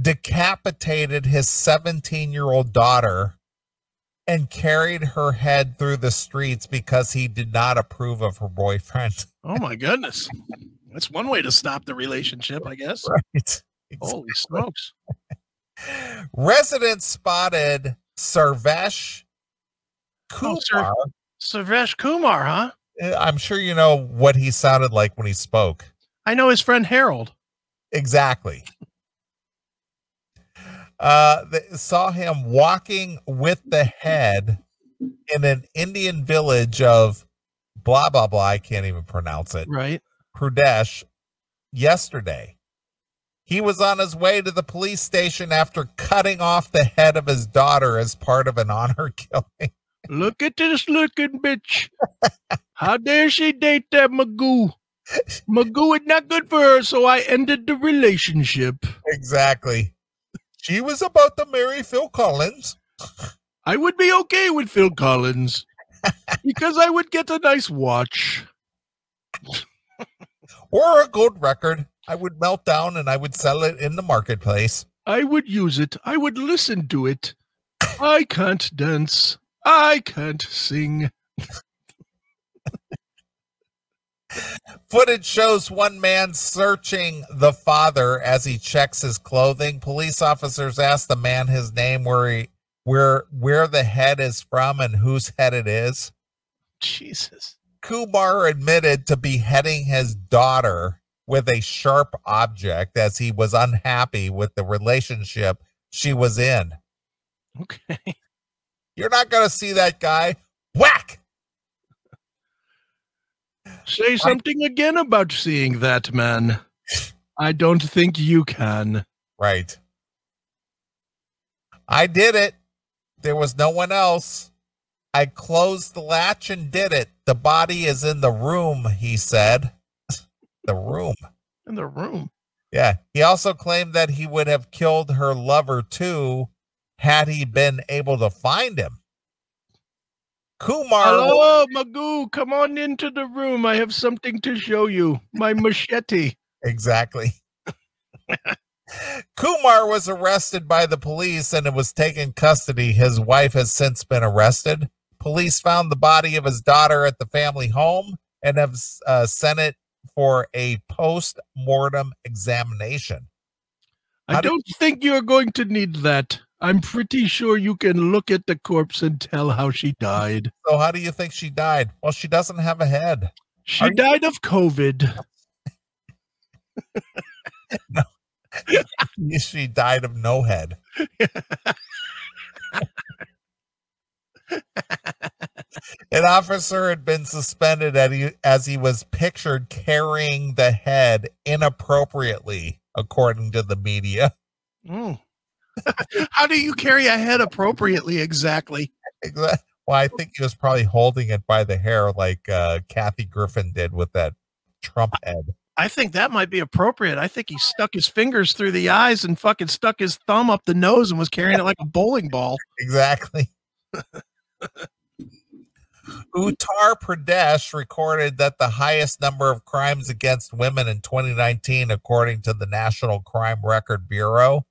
decapitated his 17-year-old daughter and carried her head through the streets because he did not approve of her boyfriend.
Oh my goodness, that's one way to stop the relationship, I guess.
Right.
Holy smokes!
Residents spotted Sarvesh
Oh,
Kumar.
Sir- Savesh Kumar, huh?
Uh, I'm sure you know what he sounded like when he spoke.
I know his friend Harold.
Exactly. Uh, they saw him walking with the head in an Indian village of blah, blah, blah. I can't even pronounce it.
Right.
Pradesh yesterday. He was on his way to the police station after cutting off the head of his daughter as part of an honor killing.
Look at this looking bitch. How dare she date that Magoo? Magoo is not good for her, so I ended the relationship.
exactly. She was about to marry Phil Collins.
I would be okay with Phil Collins because I would get a nice watch.
or a gold record, I would melt down and I would sell it in the marketplace.
I would use it. I would listen to it. I can't dance. I can't sing.
Footage shows one man searching the father as he checks his clothing. Police officers ask the man his name, where he, where where the head is from, and whose head it is.
Jesus.
Kumar admitted to beheading his daughter with a sharp object as he was unhappy with the relationship she was in.
Okay.
You're not going to see that guy. Whack!
Say something again about seeing that man. I don't think you can.
Right. I did it. There was no one else. I closed the latch and did it. The body is in the room, he said. the room.
In the room.
Yeah. He also claimed that he would have killed her lover too had he been able to find him. Kumar.
Hello, Magoo. Come on into the room. I have something to show you. My machete.
Exactly. Kumar was arrested by the police and it was taken custody. His wife has since been arrested. Police found the body of his daughter at the family home and have uh, sent it for a post mortem examination.
I
How did-
don't think you're going to need that. I'm pretty sure you can look at the corpse and tell how she died.
So, how do you think she died? Well, she doesn't have a head.
She
Are you-
died of COVID.
She died of no head. An officer had been suspended at he, as he was pictured carrying the head inappropriately, according to the media.
Mm. how do you carry a head appropriately exactly?
Exa- Well, I think he was probably holding it by the hair like uh, Kathy Griffin did with that Trump head.
I think that might be appropriate. I think he stuck his fingers through the eyes and fucking stuck his thumb up the nose and was carrying it like a bowling ball.
Exactly. Uttar Pradesh recorded that the highest number of crimes against women in 2019, according to the National Crime Record Bureau.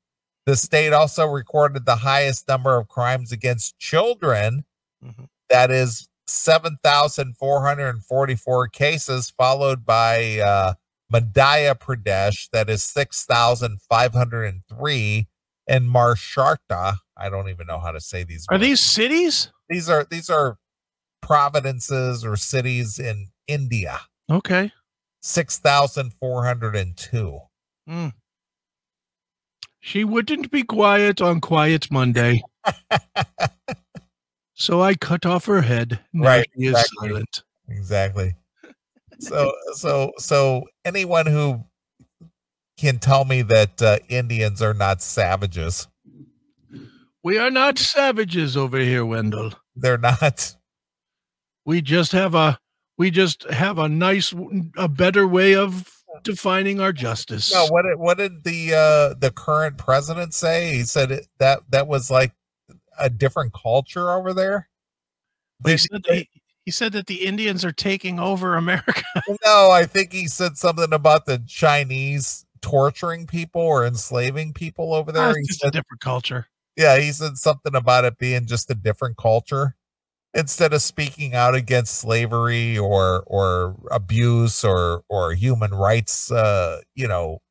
The state also recorded the highest number of crimes against children,
Mhm.
that is 7,444 cases, followed by uh, Madhya Pradesh, that is 6,503, and Marsharta. I don't even know how to say these.
Are
words
these cities?
these are these are provinces or cities in India.
Okay.
6,402.
Mm. She wouldn't be quiet on Quiet Monday, so I cut off her head. Now
Right,
She is
exactly.
silent.
exactly. So so so anyone who can tell me that uh, Indians are not savages.
We are not savages over here, Wendell.
They're not.
We just have a we just have a nice a better way of defining our justice.
No, what did, what did the uh the current president say? He said it, that that was like a different culture over there.
he, said that, he said that the Indians are taking over America.
No, I think he said something about the Chinese torturing people or enslaving people over there. He
it's Oh, just a
said,
different culture.
yeah, he said something about it being just a different culture instead of speaking out against slavery or or abuse or or human rights uh you know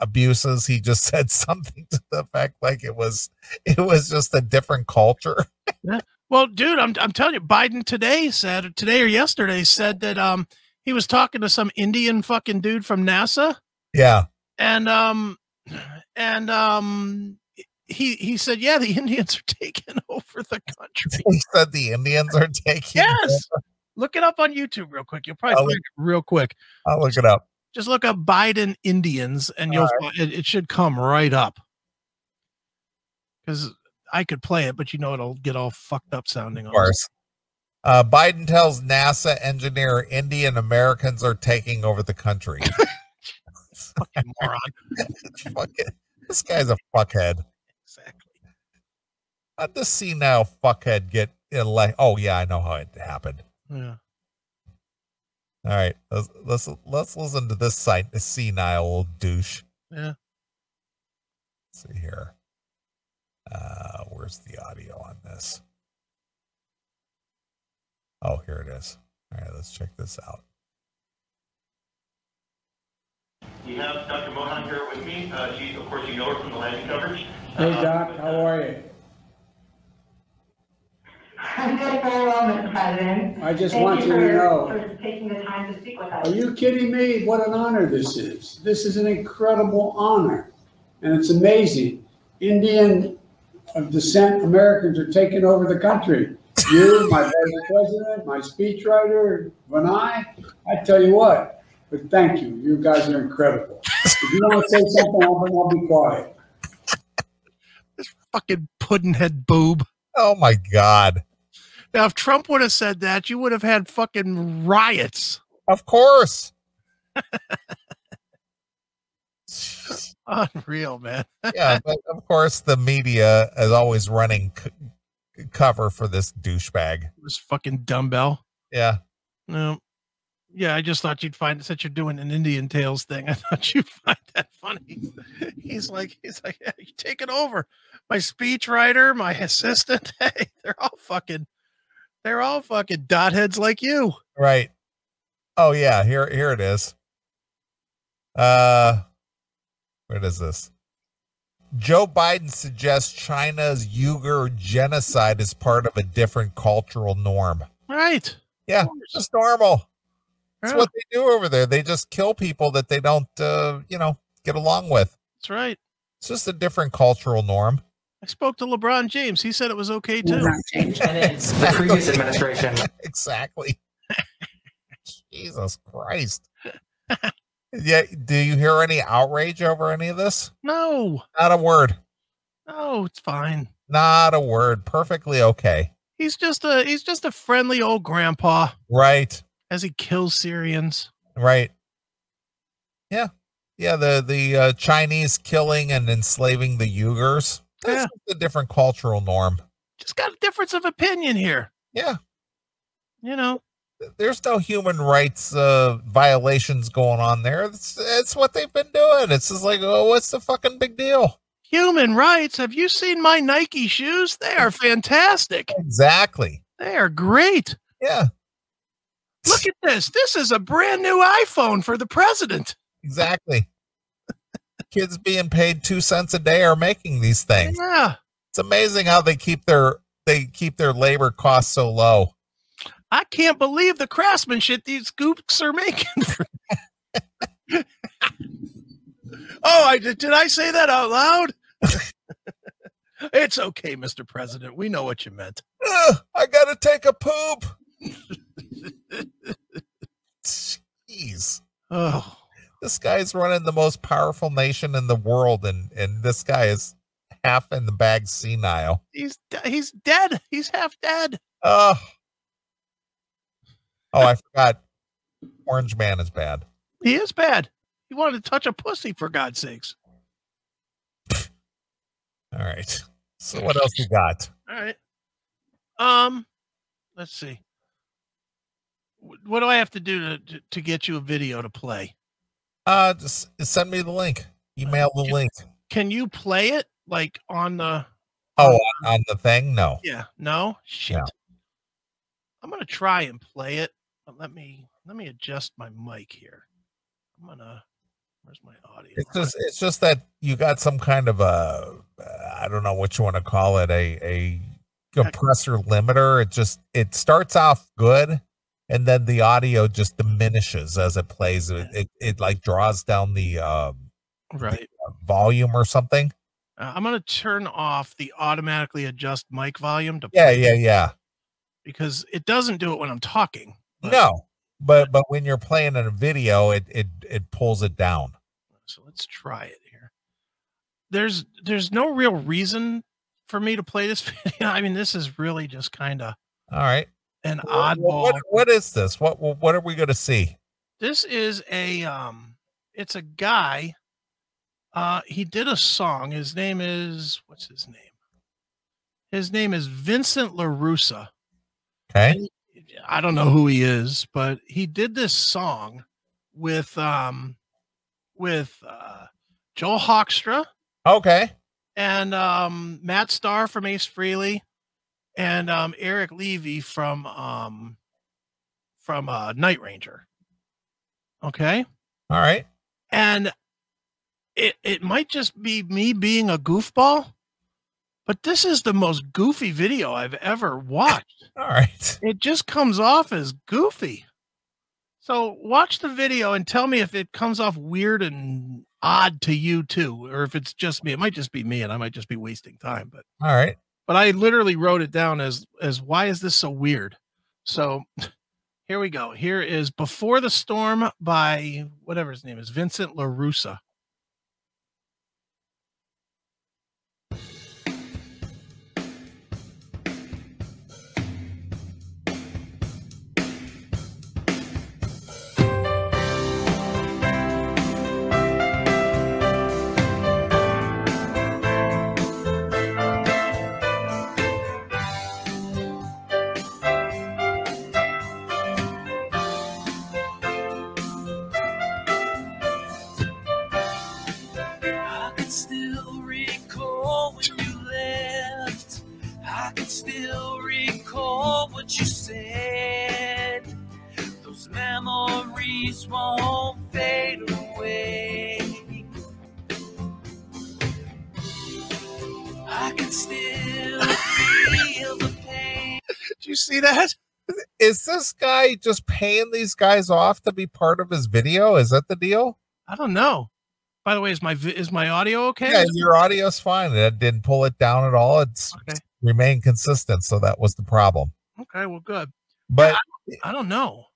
abuses he just said something to the fact like it was it was just a different culture
Well, dude, I'm I'm telling you, Biden today said today or yesterday said that um he was talking to some Indian fucking dude from NASA
yeah
and um and um he he said yeah the Indians are taking over the country.
he said the indians are taking
yes, look it up on YouTube real quick. You'll probably
I'll
find it real quick.
i'll look it up
Just look up Biden Indians and you'll fi- it, it should come right up. Because I could play it, but you know it'll get all fucked up sounding.
Of
on us.
course. Uh, Biden tells NASA engineer Indian Americans are taking over the country.
Fucking moron.
Fuck it. this guy's a fuckhead.
Exactly.
How'd the senile fuckhead get elect? Oh yeah, I know how it happened.
Yeah.
All right, let's let's, let's listen to this site. This senile old douche.
Yeah.
Let's see here. Uh, where's the audio on this? Oh, here it is. All right, let's check this out.
We have Dr. Mohan here with me. Uh, she, of course, you know her from the landing coverage.
Hey,
Uh,
Doc, how are you?
I'm doing very well, Mr. President.
I just
Thank
want you to
for-
know,
For taking the time to speak with us.
are you kidding me? What an honor this is. This is an incredible honor. And it's amazing. Indian of descent Americans are taking over the country. You, my vice president, my speechwriter, Vinay, I tell you what, but thank you. You guys are incredible. If you want to say something, I'll, I'll be quiet.
Fucking puddinhead boob.
Oh my god!
Now, if Trump would have said that, you would have had fucking riots.
Of course.
Unreal, man.
yeah, but of course the media is always running c- c- cover for this douchebag.
This fucking dumbbell.
Yeah,
No. Yeah, I just thought you'd find since you're doing an Indian Tales thing. I thought you'd find that funny. He's like, he's like, yeah, you take it over. My speechwriter, my assistant, hey, they're all fucking, they're all fucking dotheads like you.
right. Oh yeah, here here it is. Uh where is this? Joe Biden suggests China's Uyghur genocide is part of a different cultural norm.
Right.
Yeah,
Of course.
It's normal. It's
Yeah,
what they do over there. They just kill people that they don't uh, you know, get along with.
that's right.
It's just a different cultural norm.
I spoke to LeBron James. He said it was okay too.
and in the previous administration.
exactly. Jesus Christ. yeah, do you hear any outrage over any of this?
No,
Not a word.
no, it's fine.
Not a word. Perfectly okay.
He's just a he's just a friendly old grandpa
Right.
as he kills Syrians.
Right. Yeah. Yeah, the the uh, Chinese killing and enslaving the Uyghurs. That's a different cultural norm.
Just got a difference of opinion here,
Yeah.
you know.
There's no human rights uh, violations going on there. It's, it's what they've been doing. It's just like, oh, what's the fucking big deal?
Human rights. Have you seen my Nike shoes? They are fantastic.
Exactly.
They are great.
Yeah,
Look at this. This is a brand new iPhone for the president.
exactly. Kids being paid two cents a day are making these things.
Yeah.
It's amazing how they keep their they keep their labor costs so low.
I can't believe the craftsmanship these gooks are making. oh, I did. Did I say that out loud? it's okay, Mr. President. We know what you meant.
Ugh, I gotta take a poop. Jeez.
Oh,
This guy's running the most powerful nation in the world, and, and this guy is half in the bag senile.
he's de- he's dead. He's half dead.
Oh. Oh, I forgot. Orange Man is bad.
He is bad. He wanted to touch a pussy for God's sakes.
All right. So what else you got?
All right. Um, let's see. Wh- What do I have to do to- to to get you a video to play?
Uh just send me the link. Email the
You-
link.
Can you play it like on the?
Oh, on- on the thing? No.
Yeah. No. Shit. I'm gonna try and play it, but let me let me adjust my mic here. I'm gonna. Where's my audio?
It's just it's just that you got some kind of a uh, I don't know what you want to call it a a compressor limiter. It just it starts off good and then the audio just diminishes as it plays. It it, it like draws down the uh,
right.
volume or something.
Uh, I'm gonna turn off the automatically adjust mic volume to
Yeah, yeah, yeah.
because it doesn't do it when I'm talking. but-
No, but but when you're playing in a video, it it it pulls it down.
So let's try it here. There's there's no real reason for me to play this video. I mean, this is really just kind of
All right.
an
Wh- wh-
oddball.
What, what is this? What wh- what are we going to see?
This is a um it's a guy. Uh he did a song. His name is what's his name? His name is Vincent LaRussa.
Okay.
I don't know who he is, but he did this song with um with uh Joel Hoekstra.
Okay.
and um, Matt Starr from Ace Freely, and um, Eric Levy from um, from uh, Night Ranger. Okay,
All right.
and it it might just be me being a goofball, but this is the most goofy video I've ever watched.
All right.
it just comes off as goofy. So watch the video and tell me if it comes off weird and odd to you too, or if it's just me. It might just be me, and I might just be wasting time. But
All right.
but I literally wrote it down as as why is this so weird? So here we go. Here is Before the Storm by whatever his name is, Vincent LaRussa.
I can still recall when you left. I can still recall what you said. Those memories won't fade away. I can still feel the pain.
Did you see that?
Is this guy just paying these guys off to be part of his video? Is that the deal?
I don't know. By the way, is my vi- is my audio okay?
Yeah, your audio's fine. It didn't pull it down at all. It's
Okay.
remained consistent, so that was the problem.
Okay. Well, good.
But
I don't know.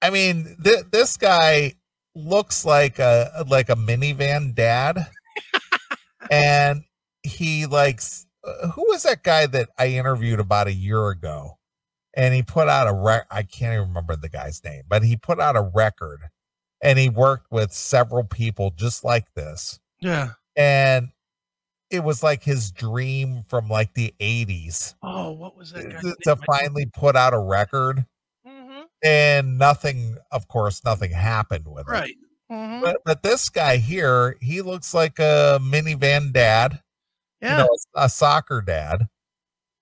I mean, th- this guy looks like a like a minivan dad, and he likes. uh, Who was that guy that I interviewed about a year ago? And he put out a rec. I can't even remember the guy's name, but he put out a record, and he worked with several people just like this,
Yeah.
and it was like his dream from like the '80s
Oh, what was that?
to, to finally put out a record.
hmm
And nothing, of course, nothing happened with it.
Right. Mhm.
But, but this guy here, he looks like a minivan dad,
Yeah.
you know, a soccer dad.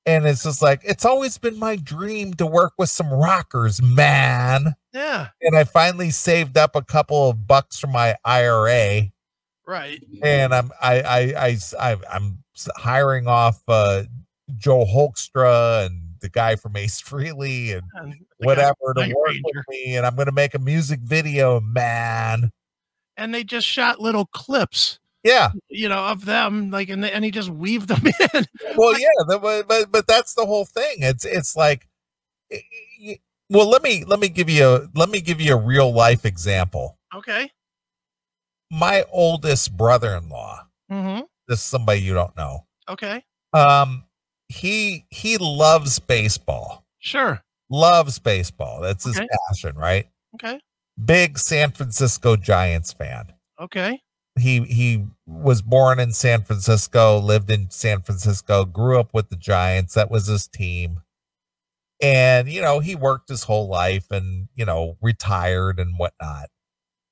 And it's just like, it's always been my dream to work with some rockers, man.
yeah.
And I finally saved up a couple of bucks from my IRA.
Right.
And I'm I I I, I am hiring off uh Joe Holkstra and the guy from Ace Frehley and
And the guy-
whatever to
Night
work
Ranger.
with me, and I'm gonna make a music video, man.
And they just shot little clips,
Yeah,
you know, of them, like, and, and he just weaved them in.
well yeah that, wa- but but that's the whole thing it's it's like y- y- well let me let me give you a let me give you a real life example
Okay.
my oldest brother-in-law
hmm
this is somebody you don't know
Okay.
um he he loves baseball
Sure.
loves baseball that's his
Okay.
passion right
Okay.
big san francisco giants fan
Okay.
he he was born in san francisco lived in san francisco grew up with the giants that was his team and you know he worked his whole life and you know retired and whatnot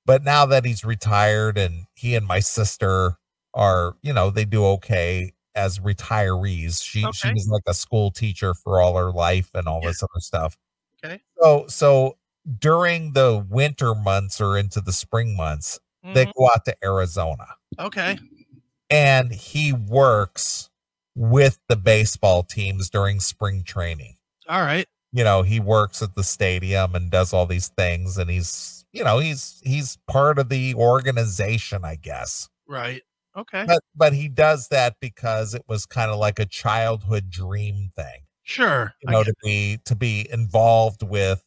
but now that he's retired and he and my sister are you know they do okay as retirees she she
Okay.
was like a school teacher for all her life and all
Yeah.
this other stuff
Okay.
so so during the winter months or into the spring months they
Mhm.
go out to Arizona
Okay.
and he works with the baseball teams during spring training.
All right.
You know, he works at the stadium and does all these things and he's, you know, he's he's part of the organization, I guess.
Right. Okay.
But but he does that because it was kind of like a childhood dream thing,
Sure.
you
I
know,
get-
to be to be involved with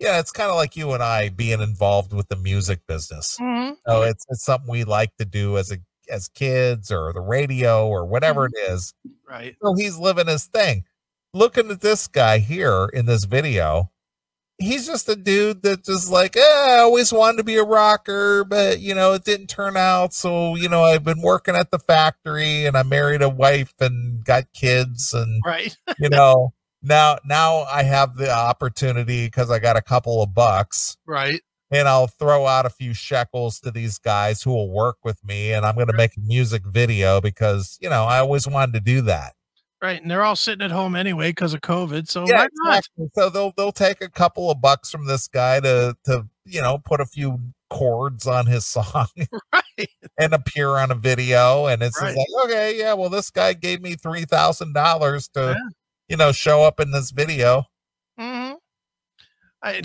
yeah, it's kind of like you and I being involved with the music business.
Mhm.
So it's it's something we like to do as a as kids or the radio or whatever it is.
Right.
So he's living his thing. Looking at this guy here in this video, he's just a dude that just like, eh, I always wanted to be a rocker, but you know, it didn't turn out. So, you know, I've been working at the factory and I married a wife and got kids and
Right.
you know, now now I have the opportunity because I got a couple of bucks
Right.
and I'll throw out a few shekels to these guys who will work with me and I'm going to make a music video because, you know, I always wanted to do that.
Right. And they're all sitting at home anyway because of COVID. So why not?
exactly. So they'll they'll take a couple of bucks from this guy to to, you know, put a few chords on his song
Right.
and appear on a video and it's
Right.
just like, okay, yeah, well this guy gave me $3,000 to,
Yeah.
you know, show up in this video.
Mhm. I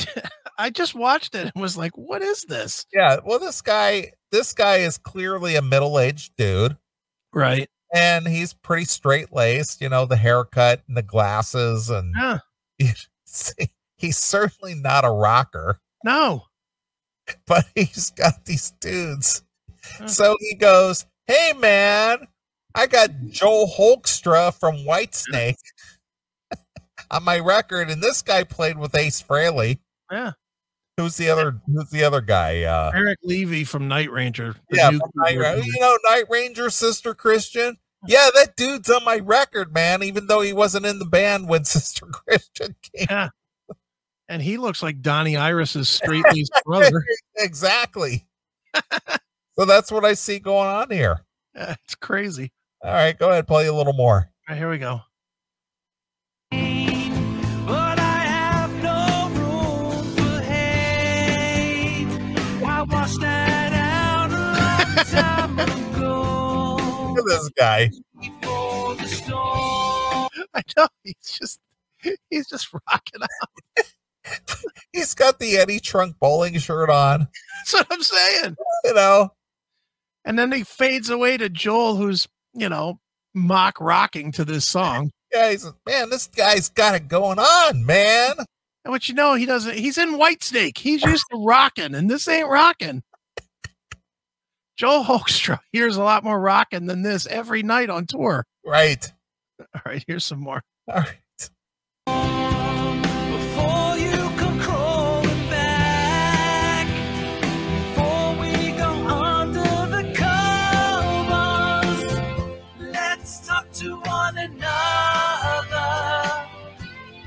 I just watched it and was like, what is this?
Yeah, well this guy this guy is clearly a middle-aged dude.
Right.
and he's pretty straight laced, you know, the haircut and the glasses, and
Yeah.
he's certainly not a rocker,
No.
but he's got these dudes.
Huh.
So he goes, Hey man, I got Joel Holkstra from Whitesnake on my record, and this guy played with Ace Frehley.
Yeah.
Who's the other who's the other guy? Uh
Eric Levy from Night Ranger. the
yeah,
new
from Night
keyboard
Ra-
player.
you know, Night Ranger Sister Christian. Yeah, that dude's on my record, man. Even though he wasn't in the band when Sister Christian came,
And he looks like Donnie Iris's straight laced brother.
exactly. so that's what I see going on here.
Yeah, it's crazy.
All right, go ahead, play a little more.
All right, here we go.
But I have no room for hate. I washed that out a long time ago.
Look at this guy.
Before the storm.
I know he's just he's just rocking. out.
He's got the Eddie Trunk bowling shirt on.
That's what I'm saying.
You know,
And then he fades away to Joel, who's you know mock rocking to this song.
yeah, he's man. This guy's got it going on, man.
And what you know, he doesn't. He's in Whitesnake. He's used to rocking, and this ain't rocking. Joel Hoekstra hears a lot more rocking than this every night on tour.
Right.
All right, here's some more.
All right.
Before you come crawling back, before we go under the covers, let's talk to one another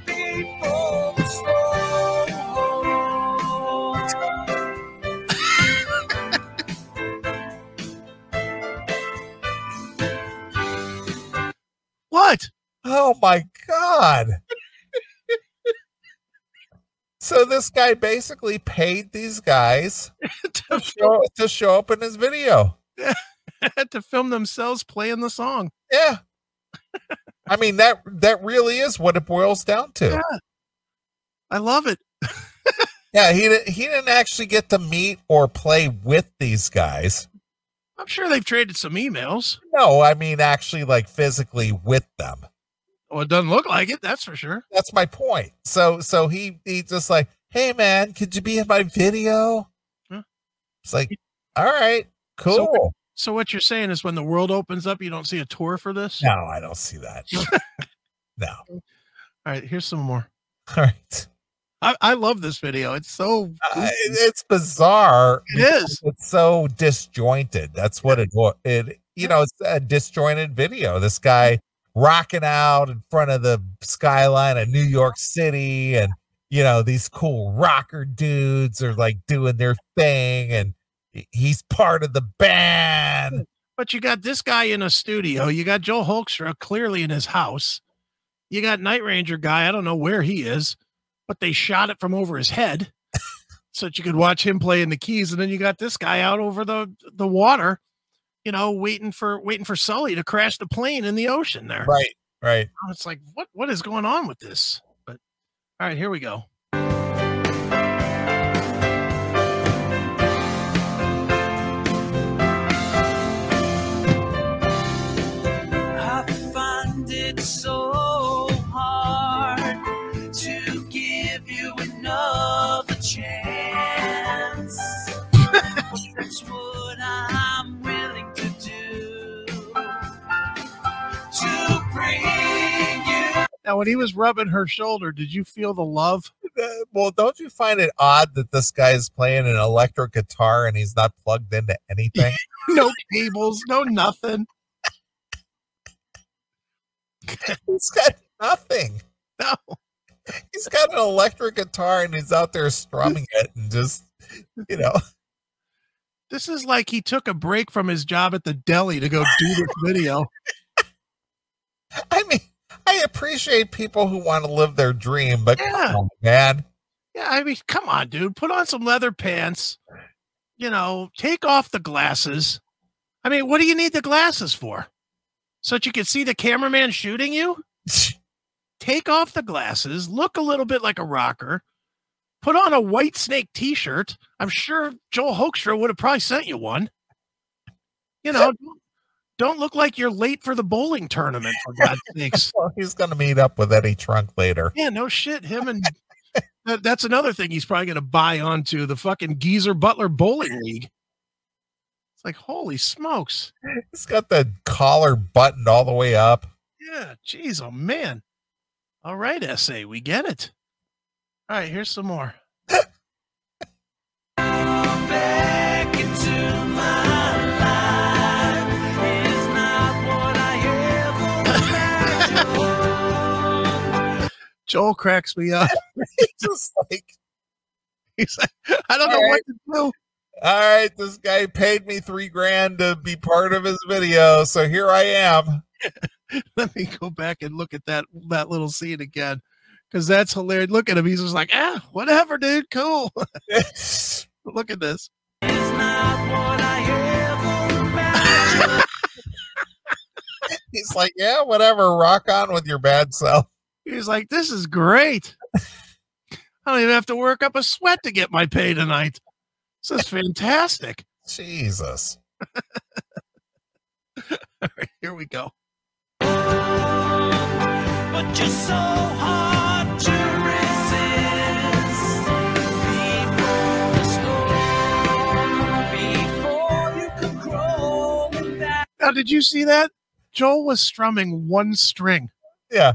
before the storm.
What?
Oh my god. so this guy basically paid these guys
to,
show- to show up in his video.
to film themselves playing the song.
Yeah. I mean that that really is what it boils down to.
I love it.
Yeah, he di- he didn't actually get to meet or play with these guys.
I'm sure they've traded some emails.
No, I mean actually like physically with them.
Well, it doesn't look like it. That's for sure.
That's my point. So so he he just like, "Hey man, could you be in my video?"
Huh.
It's like, "All right, cool."
So- So what you're saying is, when the world opens up, you don't see a tour for this.
no, I don't see that. no.
All right, here's some more.
All right.
I, I love this video. It's so
Uh, it- it's bizarre.
it is.
It's so disjointed. That's what it was. It you know, it's a disjointed video. This guy rocking out in front of the skyline of New York City and you know, these cool rocker dudes are like doing their thing and he- he's part of the band.
But you got this guy in a studio. You got Joel Holkstra clearly in his house. You got Night Ranger guy. I don't know where he is, but they shot it from over his head so that you could watch him playing the keys. And then you got this guy out over the the water, you know, waiting for waiting for Sully to crash the plane in the ocean there.
Right, right.
It's like what what is going on with this? But all right, here we go.
I find it so hard to give you another chance. That's what I'm willing to do to bring you.
Now, when he was rubbing her shoulder, did you feel the love?
Uh, Well, don't you find it odd that this guy is playing an electric guitar and he's not plugged into anything?
No cables, no nothing.
he's got nothing.
No.
he's got an electric guitar and he's out there strumming it and just you know
This is like he took a break from his job at the deli to go do this video.
i mean i appreciate people who want to live their dream but come
Yeah.
on, man
Yeah, I mean, come on, dude. Put on some leather pants. You know, take off the glasses. I mean, what do you need the glasses for? So that you can see the cameraman shooting you? Take off the glasses, look a little bit like a rocker, put on a white snake t shirt. I'm sure Joel Hoekstra would have probably sent you one. You know, don't look like you're late for the bowling tournament, for God's sakes.
well, he's gonna meet up with eddie trunk later
Yeah, no shit. Him and that, that's another thing he's probably going to buy onto the fucking Geezer Butler Bowling League. It's like, holy smokes.
he's got the collar buttoned all the way up
Yeah, jeez, oh man. All right, SA, we get it. All right, here's some more.
back into my life is not what I ever imagined.
Joel cracks me up.
He's just like
He's like, I don't know
All
what to do.
all right this guy paid me three grand to be part of his video so here i am
Let me go back and look at that that little scene again. Cause that's hilarious. Look at him. He's just like, ah, whatever, dude. Cool. look at this.
It's not what I ever imagined.
he's like yeah whatever rock on with your bad self
He's like, this is great. I don't even have to work up a sweat to get my pay tonight. This is fantastic.
jesus
All right, here we go.
But you're so hard to resist. Before the storm, before you can crawl back.
Now, did you see that? Joel was strumming one string.
yeah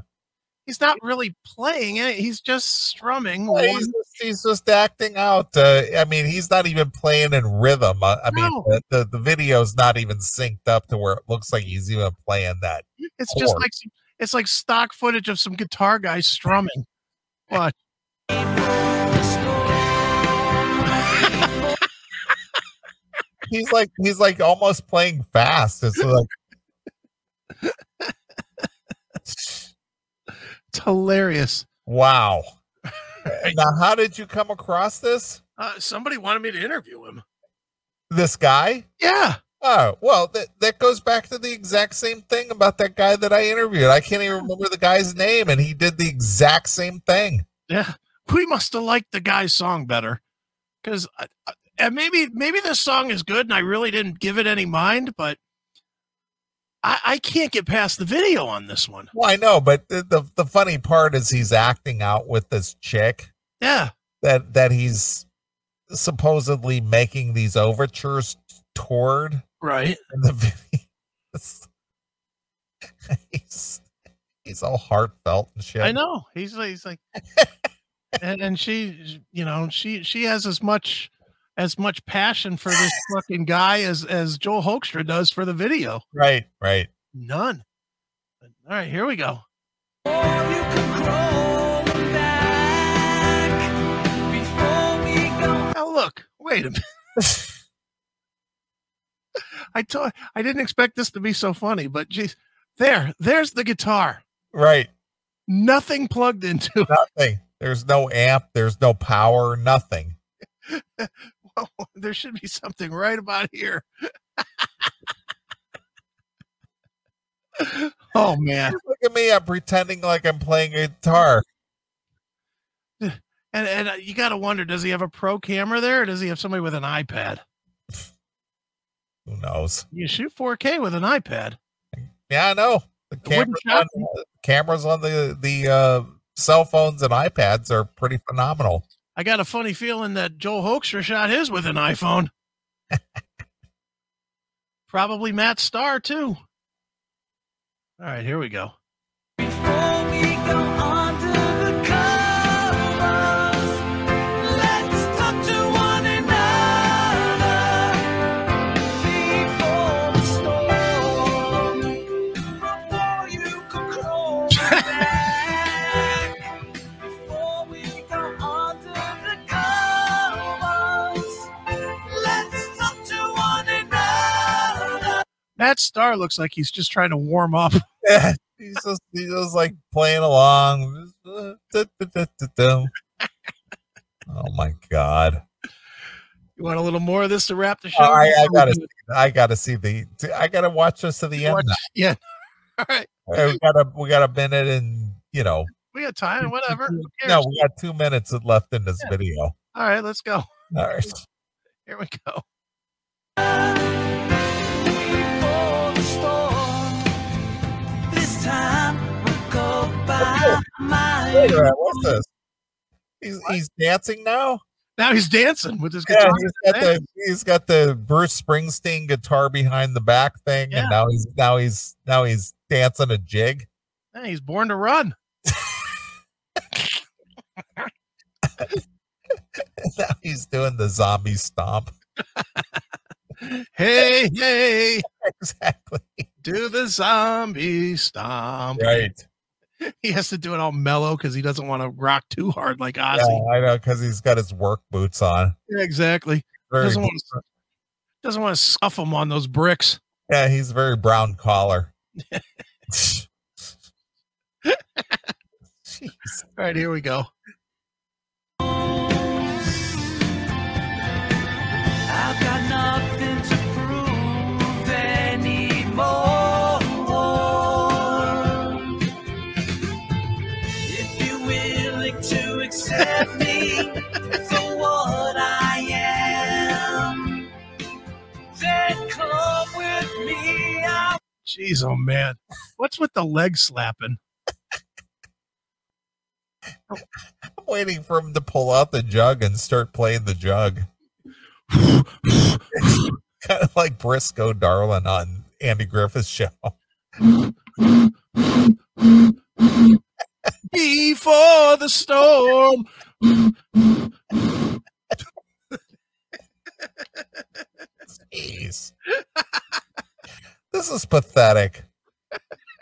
He's not really playing it. He's just strumming
Well,
one.
he's, just, he's just acting out. Uh, I mean, he's not even playing in rhythm. uh, I, I mean,
No.
the, the the video's not even synced up to where it looks like he's even playing that.
It's just
chord.
like some- it's like stock footage of some guitar guy strumming. What?
He's like he's like almost playing fast. It's like
It's hilarious.
wow. Now, how did you come across this?
Uh, somebody wanted me to interview him.
This guy?
Yeah.
Oh, well, that, that goes back to the exact same thing about that guy that I interviewed. I can't even remember the guy's name, and he did the exact same thing.
Yeah, we must have liked the guy's song better, because and maybe maybe this song is good, and I really didn't give it any mind, but I, I can't get past the video on this one.
Well, I know, but the, the, the funny part is he's acting out with this chick
Yeah,
that, that he's supposedly making these overtures toward
right.
in the video. It's- he's, he's all heartfelt and shit.
I know. He's like- he's like, and, and she, you know, she she has as much as much passion for this fucking guy as as Joel Hoekstra does for the video.
Right, right.
None. All right, here we go. Now look, wait a minute. I told I didn't expect this to be so funny, but geez, there, there's the guitar.
Right.
Nothing plugged into it.
Nothing. There's no amp. There's no power. Nothing.
there should be something right about here. oh man.
Look at me. I'm pretending like I'm playing a guitar.
And and uh, you got to wonder does he have a pro camera there or does he have somebody with an iPad?
Who knows?
You shoot 4K with an iPad.
Yeah, I know. The
wouldn't
cameras on,
shock me.
the cameras on the the uh, cell phones and iPads are pretty phenomenal.
I got a funny feeling that Joel Hoekstra shot his with an iPhone. Probably Matt Starr too. All right, here we go. Matt Starr looks like he's just trying to warm up.
Yeah, he's just he's just like playing along. Oh my god!
You want a little more of this to wrap the show?
I, I gotta I gotta see the I gotta watch this to the end.
Watch-
now. Uh,
yeah. All right.
We got a we got a minute and you know
We got time, whatever. Who cares?
no we got two minutes left in this video.
All right, let's go.
All right.
Here we go.
Wait a minute, what's this? He's, he's dancing now.
Now he's dancing with his
Yeah,
guitar.
he's got the he's got the Bruce Springsteen guitar behind the back thing,
Yeah.
and now he's now he's now he's dancing a jig.
Hey, he's born to run.
now he's doing the zombie stomp.
Hey, hey,
Exactly.
do the zombie stomp.
Right.
He has to do it all mellow because he doesn't want to rock too hard like
Yeah,
Ozzy.
I know because he's got his work boots on.
Yeah, exactly.
Very,
Doesn't want to doesn't want to scuff him on those bricks.
yeah, he's very brown collar. Jeez.
All right, here we go.
Accept me for what I am. Then come with me. I
Jeez, oh man, what's with the leg slapping?
I'm waiting for him to pull out the jug and start playing the jug. kind of like Briscoe Darling on Andy Griffith's show.
Before the storm.
Jeez. this is pathetic.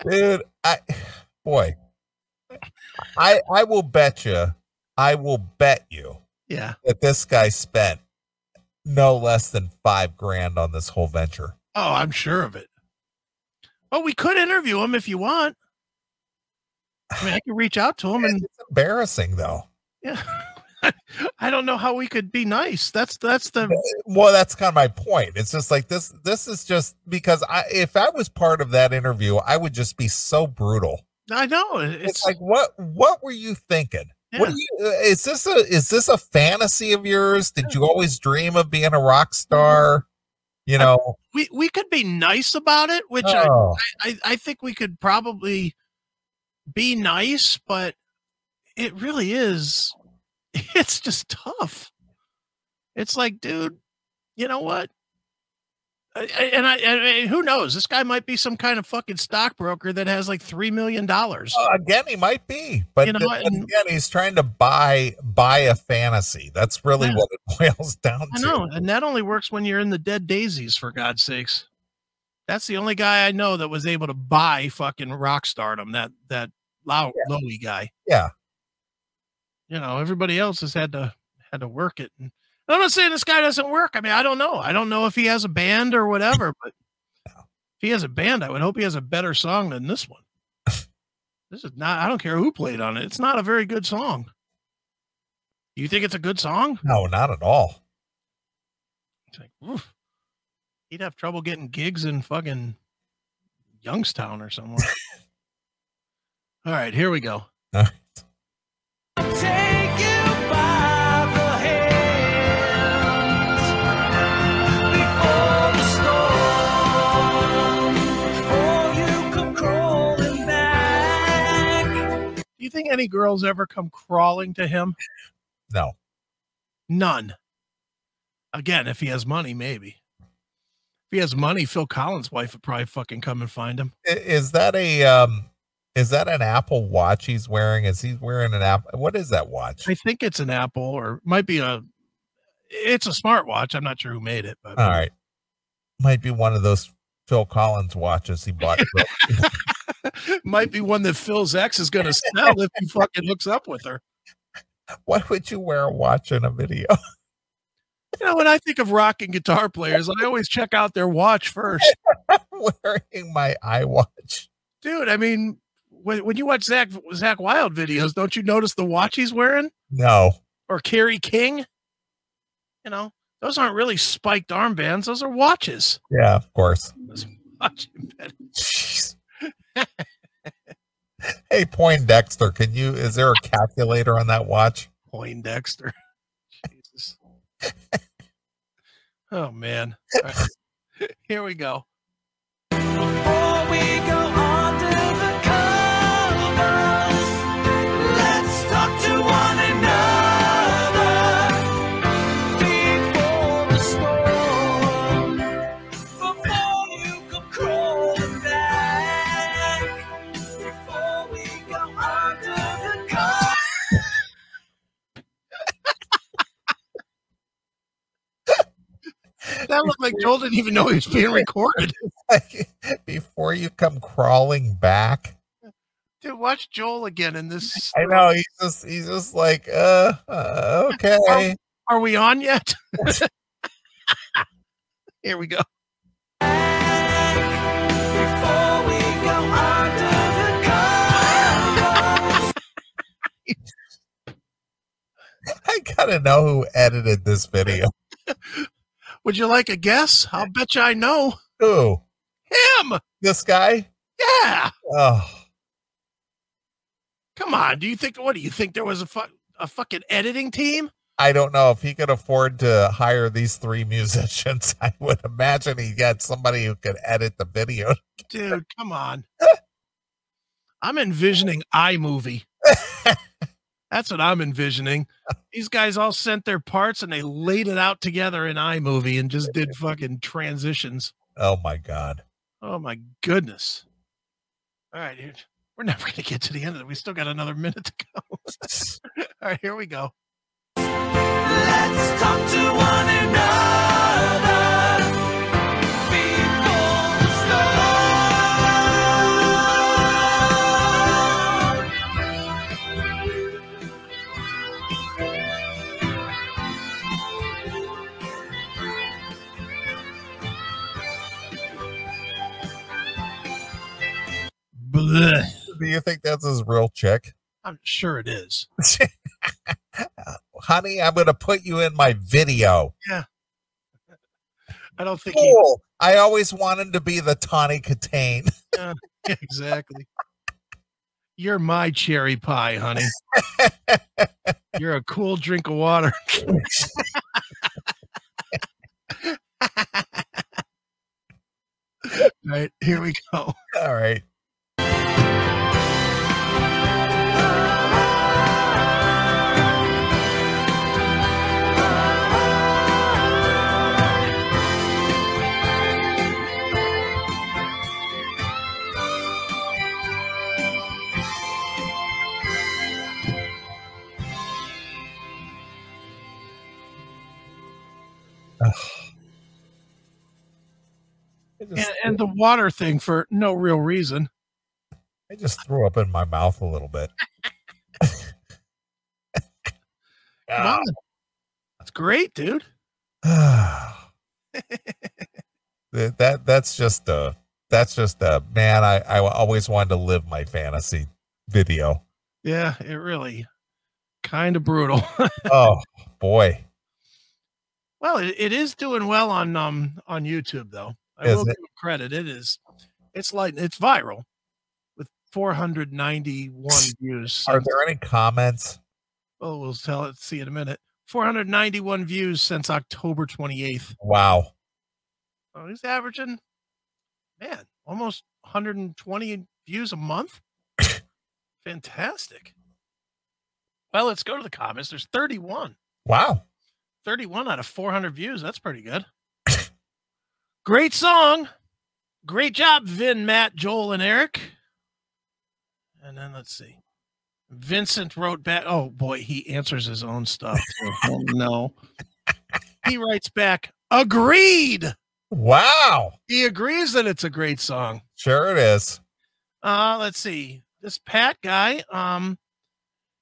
Dude, I boy. I I will bet you, I will bet you
Yeah,
that this guy spent no less than five grand on this whole venture.
oh, I'm sure of it. Well, we could interview him if you want. I mean, I can reach out to him and
It's embarrassing though.
yeah, I don't know how we could be nice. That's that's the
well that's kind of my point it's just like this this is just because i if i was part of that interview i would just be so brutal
I know
it's,
it's,
like what what were you thinking what
Yeah.
do you, uh, is this a is this a fantasy of yours did you always dream of being a rock
Mm-hmm.
star you know
we we could be nice about it, which I,
oh,
I I think we could probably be nice, but it really is. It's just tough. It's like, dude, you know what? I- I- And I, and and who knows? This guy might be some kind of fucking stockbroker that has like three million dollars.
uh, again he might be but
You know,
th- but
and-
again he's trying to buy buy a fantasy that's really
Yeah.
what it boils down
I
to
know, and that only works when you're in the dead daisies, for God's sakes. That's the only guy I know that was able to buy fucking rock stardom. That that Low, Lowy guy.
Yeah.
You know, everybody else has had to had to work it. And I'm not saying this guy doesn't work. I mean, I don't know. I don't know if he has a band or whatever, but if he has a band, I would hope he has a better song than this one. this is not. I don't care who played on it. It's not a very good song. You think it's a good song?
no not at all
It's like, oof. He'd have trouble getting gigs in fucking Youngstown or somewhere. All right, here we go.
Take you by the hands before the storm, before you come crawling back.
Do you think any girls ever come crawling to him?
no
None. Again, if he has money, maybe. If he has money, Phil Collins' wife would probably fucking come and find him.
I- is that a um is that an apple watch he's wearing is he wearing an app what is that watch
I think it's an Apple or it might be a. It's a smartwatch. I'm not sure who made it, but
all right might be one of those phil collins watches he bought
might be one that Phil's ex is going to sell if he fucking hooks up with her.
why would you wear a watch in a video
You know, when I think of rock and guitar players, I always check out their watch first.
wearing my iWatch.
Dude, I mean, when, when you watch Zach Zach Wild videos, don't you notice the watch he's wearing
no
or Carrie King? You know, those aren't really spiked armbands; those are watches.
yeah of course
Those watch embedded-
Jeez. hey poindexter can you is there a calculator on that watch
Poindexter. Jesus. Oh man! All right. Here we go.
Before we go under the covers, let's talk to one another before the storm, before you come crawling back. Before we go under the covers.
That looked like Joel didn't even know he was being recorded.
before you come crawling back
Dude, watch Joel again in this.
I know he's just he's just like uh, uh okay.
Are we on yet? Here we go.
Before we go under the covers.
I gotta know who edited this video.
Would you like a guess? I'll bet you I know
Who?
him.
This guy?
Yeah.
Oh,
Come on. Do you think, what do you think? There was a, fu- a fucking editing team?
I don't know if he could afford to hire these three musicians. I would imagine he got somebody who could edit the video.
Dude, come on. I'm envisioning iMovie. That's what I'm envisioning. These guys all sent their parts and they laid it out together in iMovie and just did fucking transitions.
Oh my god.
Oh my goodness. All right, dude. We're never going to get to the end of it. We still got another minute to go. All right, here we go.
Let's talk to one another before the storm.
Blech.
Do you think that's his real chick?
I'm sure it is.
Honey, I'm going to put you in my video.
I don't think he
Cool. I always wanted to be the Tawny Catane.
exactly. You're my cherry pie, honey. You're a cool drink of water. right, here we go.
All right. Ugh. I just-
And, and the water thing for no real reason.
I just threw up in my mouth a little bit.
Come
Ah.
on. Uh, That's great, dude.
That- that that's just a that's just a man. I I always wanted to live my fantasy video.
Yeah, it really kind of brutal.
Oh boy,
Well, it, it is doing well on um on YouTube though. I
Is
will
it?
give it credit. It is. It's like it's viral with 491 views.
are
Since,
there any comments?
oh, we'll tell it. See in a minute. 491 views since October 28th.
Wow,
Oh, he's averaging, man, almost 120 views a month. Fantastic. Well, let's go to the comments. There's 31.
wow.
31 out of 400 views. That's pretty good. Great song. Great job, Vin, Matt, Joel, and Eric. And then let's see. Vincent wrote back. Oh boy, he answers his own stuff. too. oh no. He writes back, agreed.
Wow,
He agrees that it's a great song.
sure it is.
Uh, let's see. This Pat guy, um,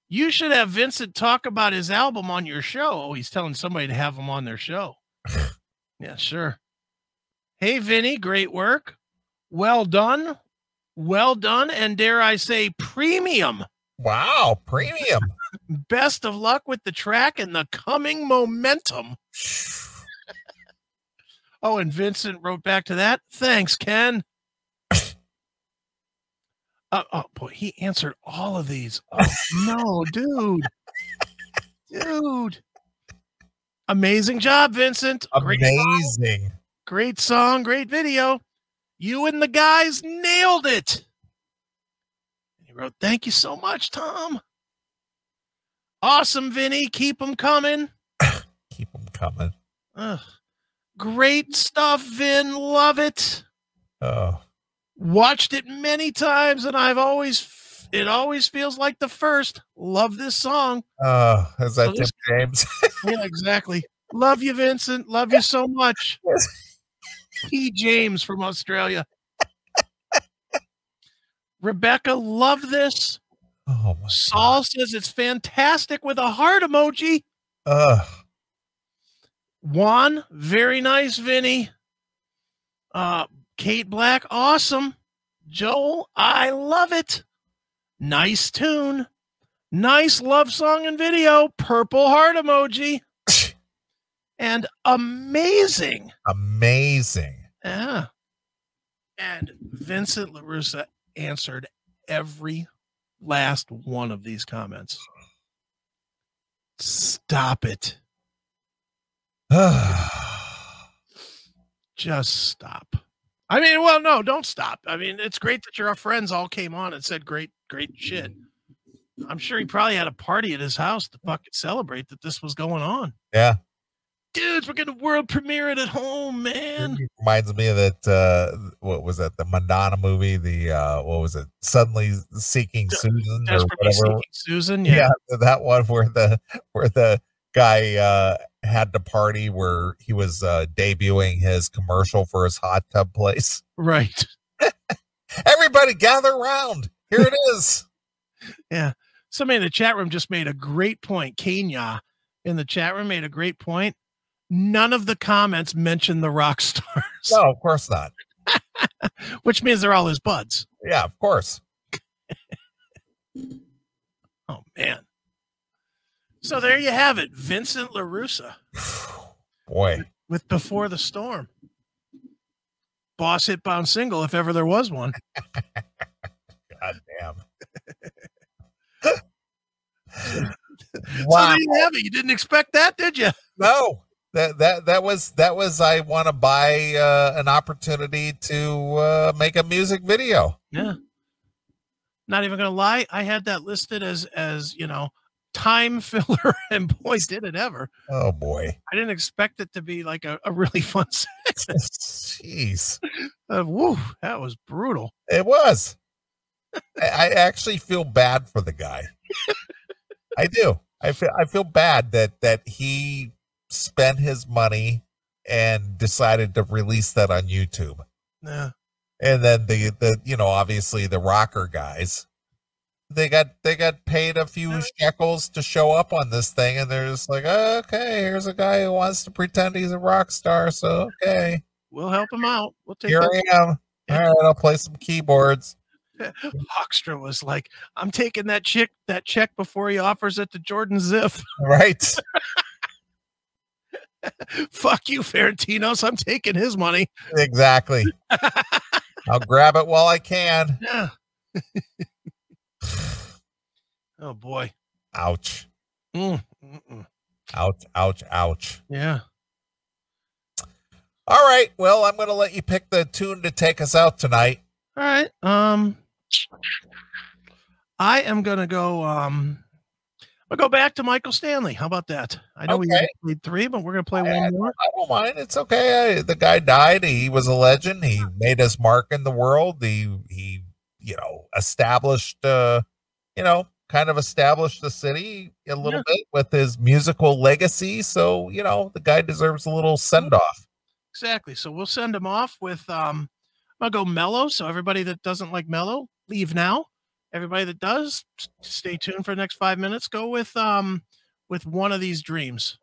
you should have Vincent talk about his album on your show. Oh, he's telling somebody to have him on their show. yeah, sure. Hey, Vinny, great work. Well done. Well done. And dare I say, premium.
Wow, premium.
Best of luck with the track and the coming momentum. Oh, and Vincent wrote back to that. Thanks, Ken. uh, oh boy, he answered all of these. Oh no, dude, dude! Amazing job, Vincent. Great,
Amazing.
great song, great video. You and the guys nailed it. He wrote, "Thank you so much, Tom. Awesome, Vinny. Keep them coming."
Keep them coming.
Ugh. Great stuff, Vin. Love it.
Oh,
watched it many times and i've always f- it always feels like the first love this song
oh, is that
So
Tim
this-
James?
yeah exactly love you vincent love you so much p james from australia rebecca love this
Oh my god.
saul says it's fantastic with a heart emoji
Ugh.
Juan, very nice, Vinny. Uh, Kate Black, awesome. Joel, I love it. Nice tune. Nice love song and video. Purple heart emoji. and amazing.
Amazing.
Yeah. And Vincent LaRussa answered every last one of these comments. Stop it. just stop. I mean, well, no, don't stop. I mean, it's great that your friends all came on and said great, great shit. I'm sure he probably had a party at his house to fucking celebrate that this was going on.
yeah.
Dudes, we're gonna world premiere it at home, man.
reminds me of that uh what was that the Madonna movie the uh what was it suddenly seeking Susan or
Desperately
whatever
seeking Susan. Yeah.
yeah. that one where the where the guy uh had the party where he was uh debuting his commercial for his hot tub place
Right.
everybody gather around here it is
Somebody in the chat room just made a great point. Kenya in the chat room made a great point. None of the comments mentioned the rock stars,
no of course not
which means they're all his buds.
yeah of course
Oh man. So there you have it, Vincent Larusa
Boy,
with Before the Storm. Boss hit bound single, if ever there was one.
goddamn.
So
wow.
there you have it. You didn't expect that, did you?
no. That, that that was that was I want to buy uh, an opportunity to uh, make a music video.
Yeah. Not even gonna lie, I had that listed as as you know time filler, and boy, did it ever!
Oh boy,
I didn't expect it to be like a, a really fun. s-
jeez,
Uh, woo, that was brutal.
it was. I, I actually feel bad for the guy. I do. I feel I feel bad that that he spent his money and decided to release that on YouTube.
Yeah,
and then the the you know obviously the rocker guys they got they got paid a few shekels to show up on this thing and they're just like okay here's a guy who wants to pretend he's a rock star so okay
we'll help him out. We'll take.
here
that.
i am all right i'll play some keyboards
Hoekstra was like, "I'm taking that chick that check before he offers it to Jordan Ziff.
right
Fuck you, Ferentinos. I'm taking his money."
exactly i'll grab it while i can
Yeah. oh boy.
ouch
Mm, mm-mm.
ouch ouch ouch
Yeah.
all right well i'm gonna let you pick the tune to take us out tonight
All right. Um, I am gonna go. Um, I'll go back to Michael Stanley. How about that? I know we
Okay.
only played three, but we're gonna play
Yeah,
one more.
I don't mind. It's okay. I, the guy died. He was a legend. He made his mark in the world. He he you know established uh you know kind of established the city a little bit with his musical legacy. So you know the guy deserves a little send off.
Exactly. So we'll send him off with. Um, I'll go mellow. So everybody that doesn't like mellow, leave now. Everybody that does, s- stay tuned for the next five minutes. Go with um, with one of these dreams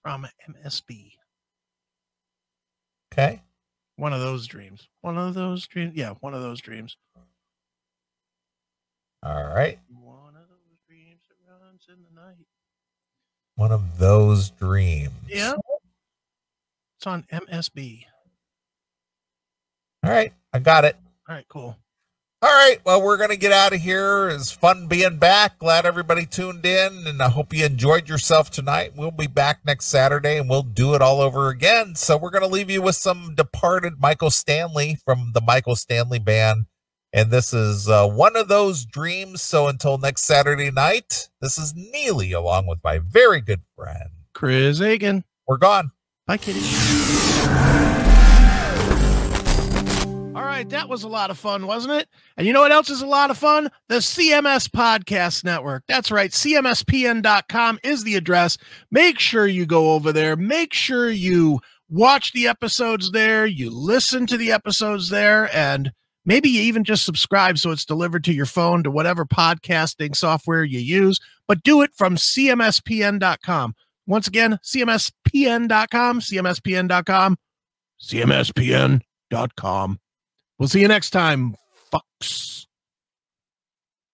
from MSB.
Okay.
One of those dreams. One of those dreams. Yeah, one of those dreams.
All right.
One of those dreams that runs in the night.
One of those dreams.
Yeah. It's on MSB.
All right. I got it.
All right, cool.
All right. Well, we're going to get out of here. It's fun being back. Glad everybody tuned in. And I hope you enjoyed yourself tonight. We'll be back next Saturday and we'll do it all over again. So we're going to leave you with some departed Michael Stanley from the Michael Stanley Band. And this is uh, one of those dreams. So until next Saturday night, this is Neely along with my very good friend.
Chris Aiken.
We're gone.
Bye, kitty. All right, that was a lot of fun, wasn't it? And you know what else is a lot of fun? The CMS Podcast Network. That's right. CMSPN.com is the address. Make sure you go over there. Make sure you watch the episodes there. You listen to the episodes there. And maybe you even just subscribe so it's delivered to your phone to whatever podcasting software you use. But do it from CMSPN.com. Once again, cmspn.com, cmspn.com, cmspn.com. We'll see you next time, fucks.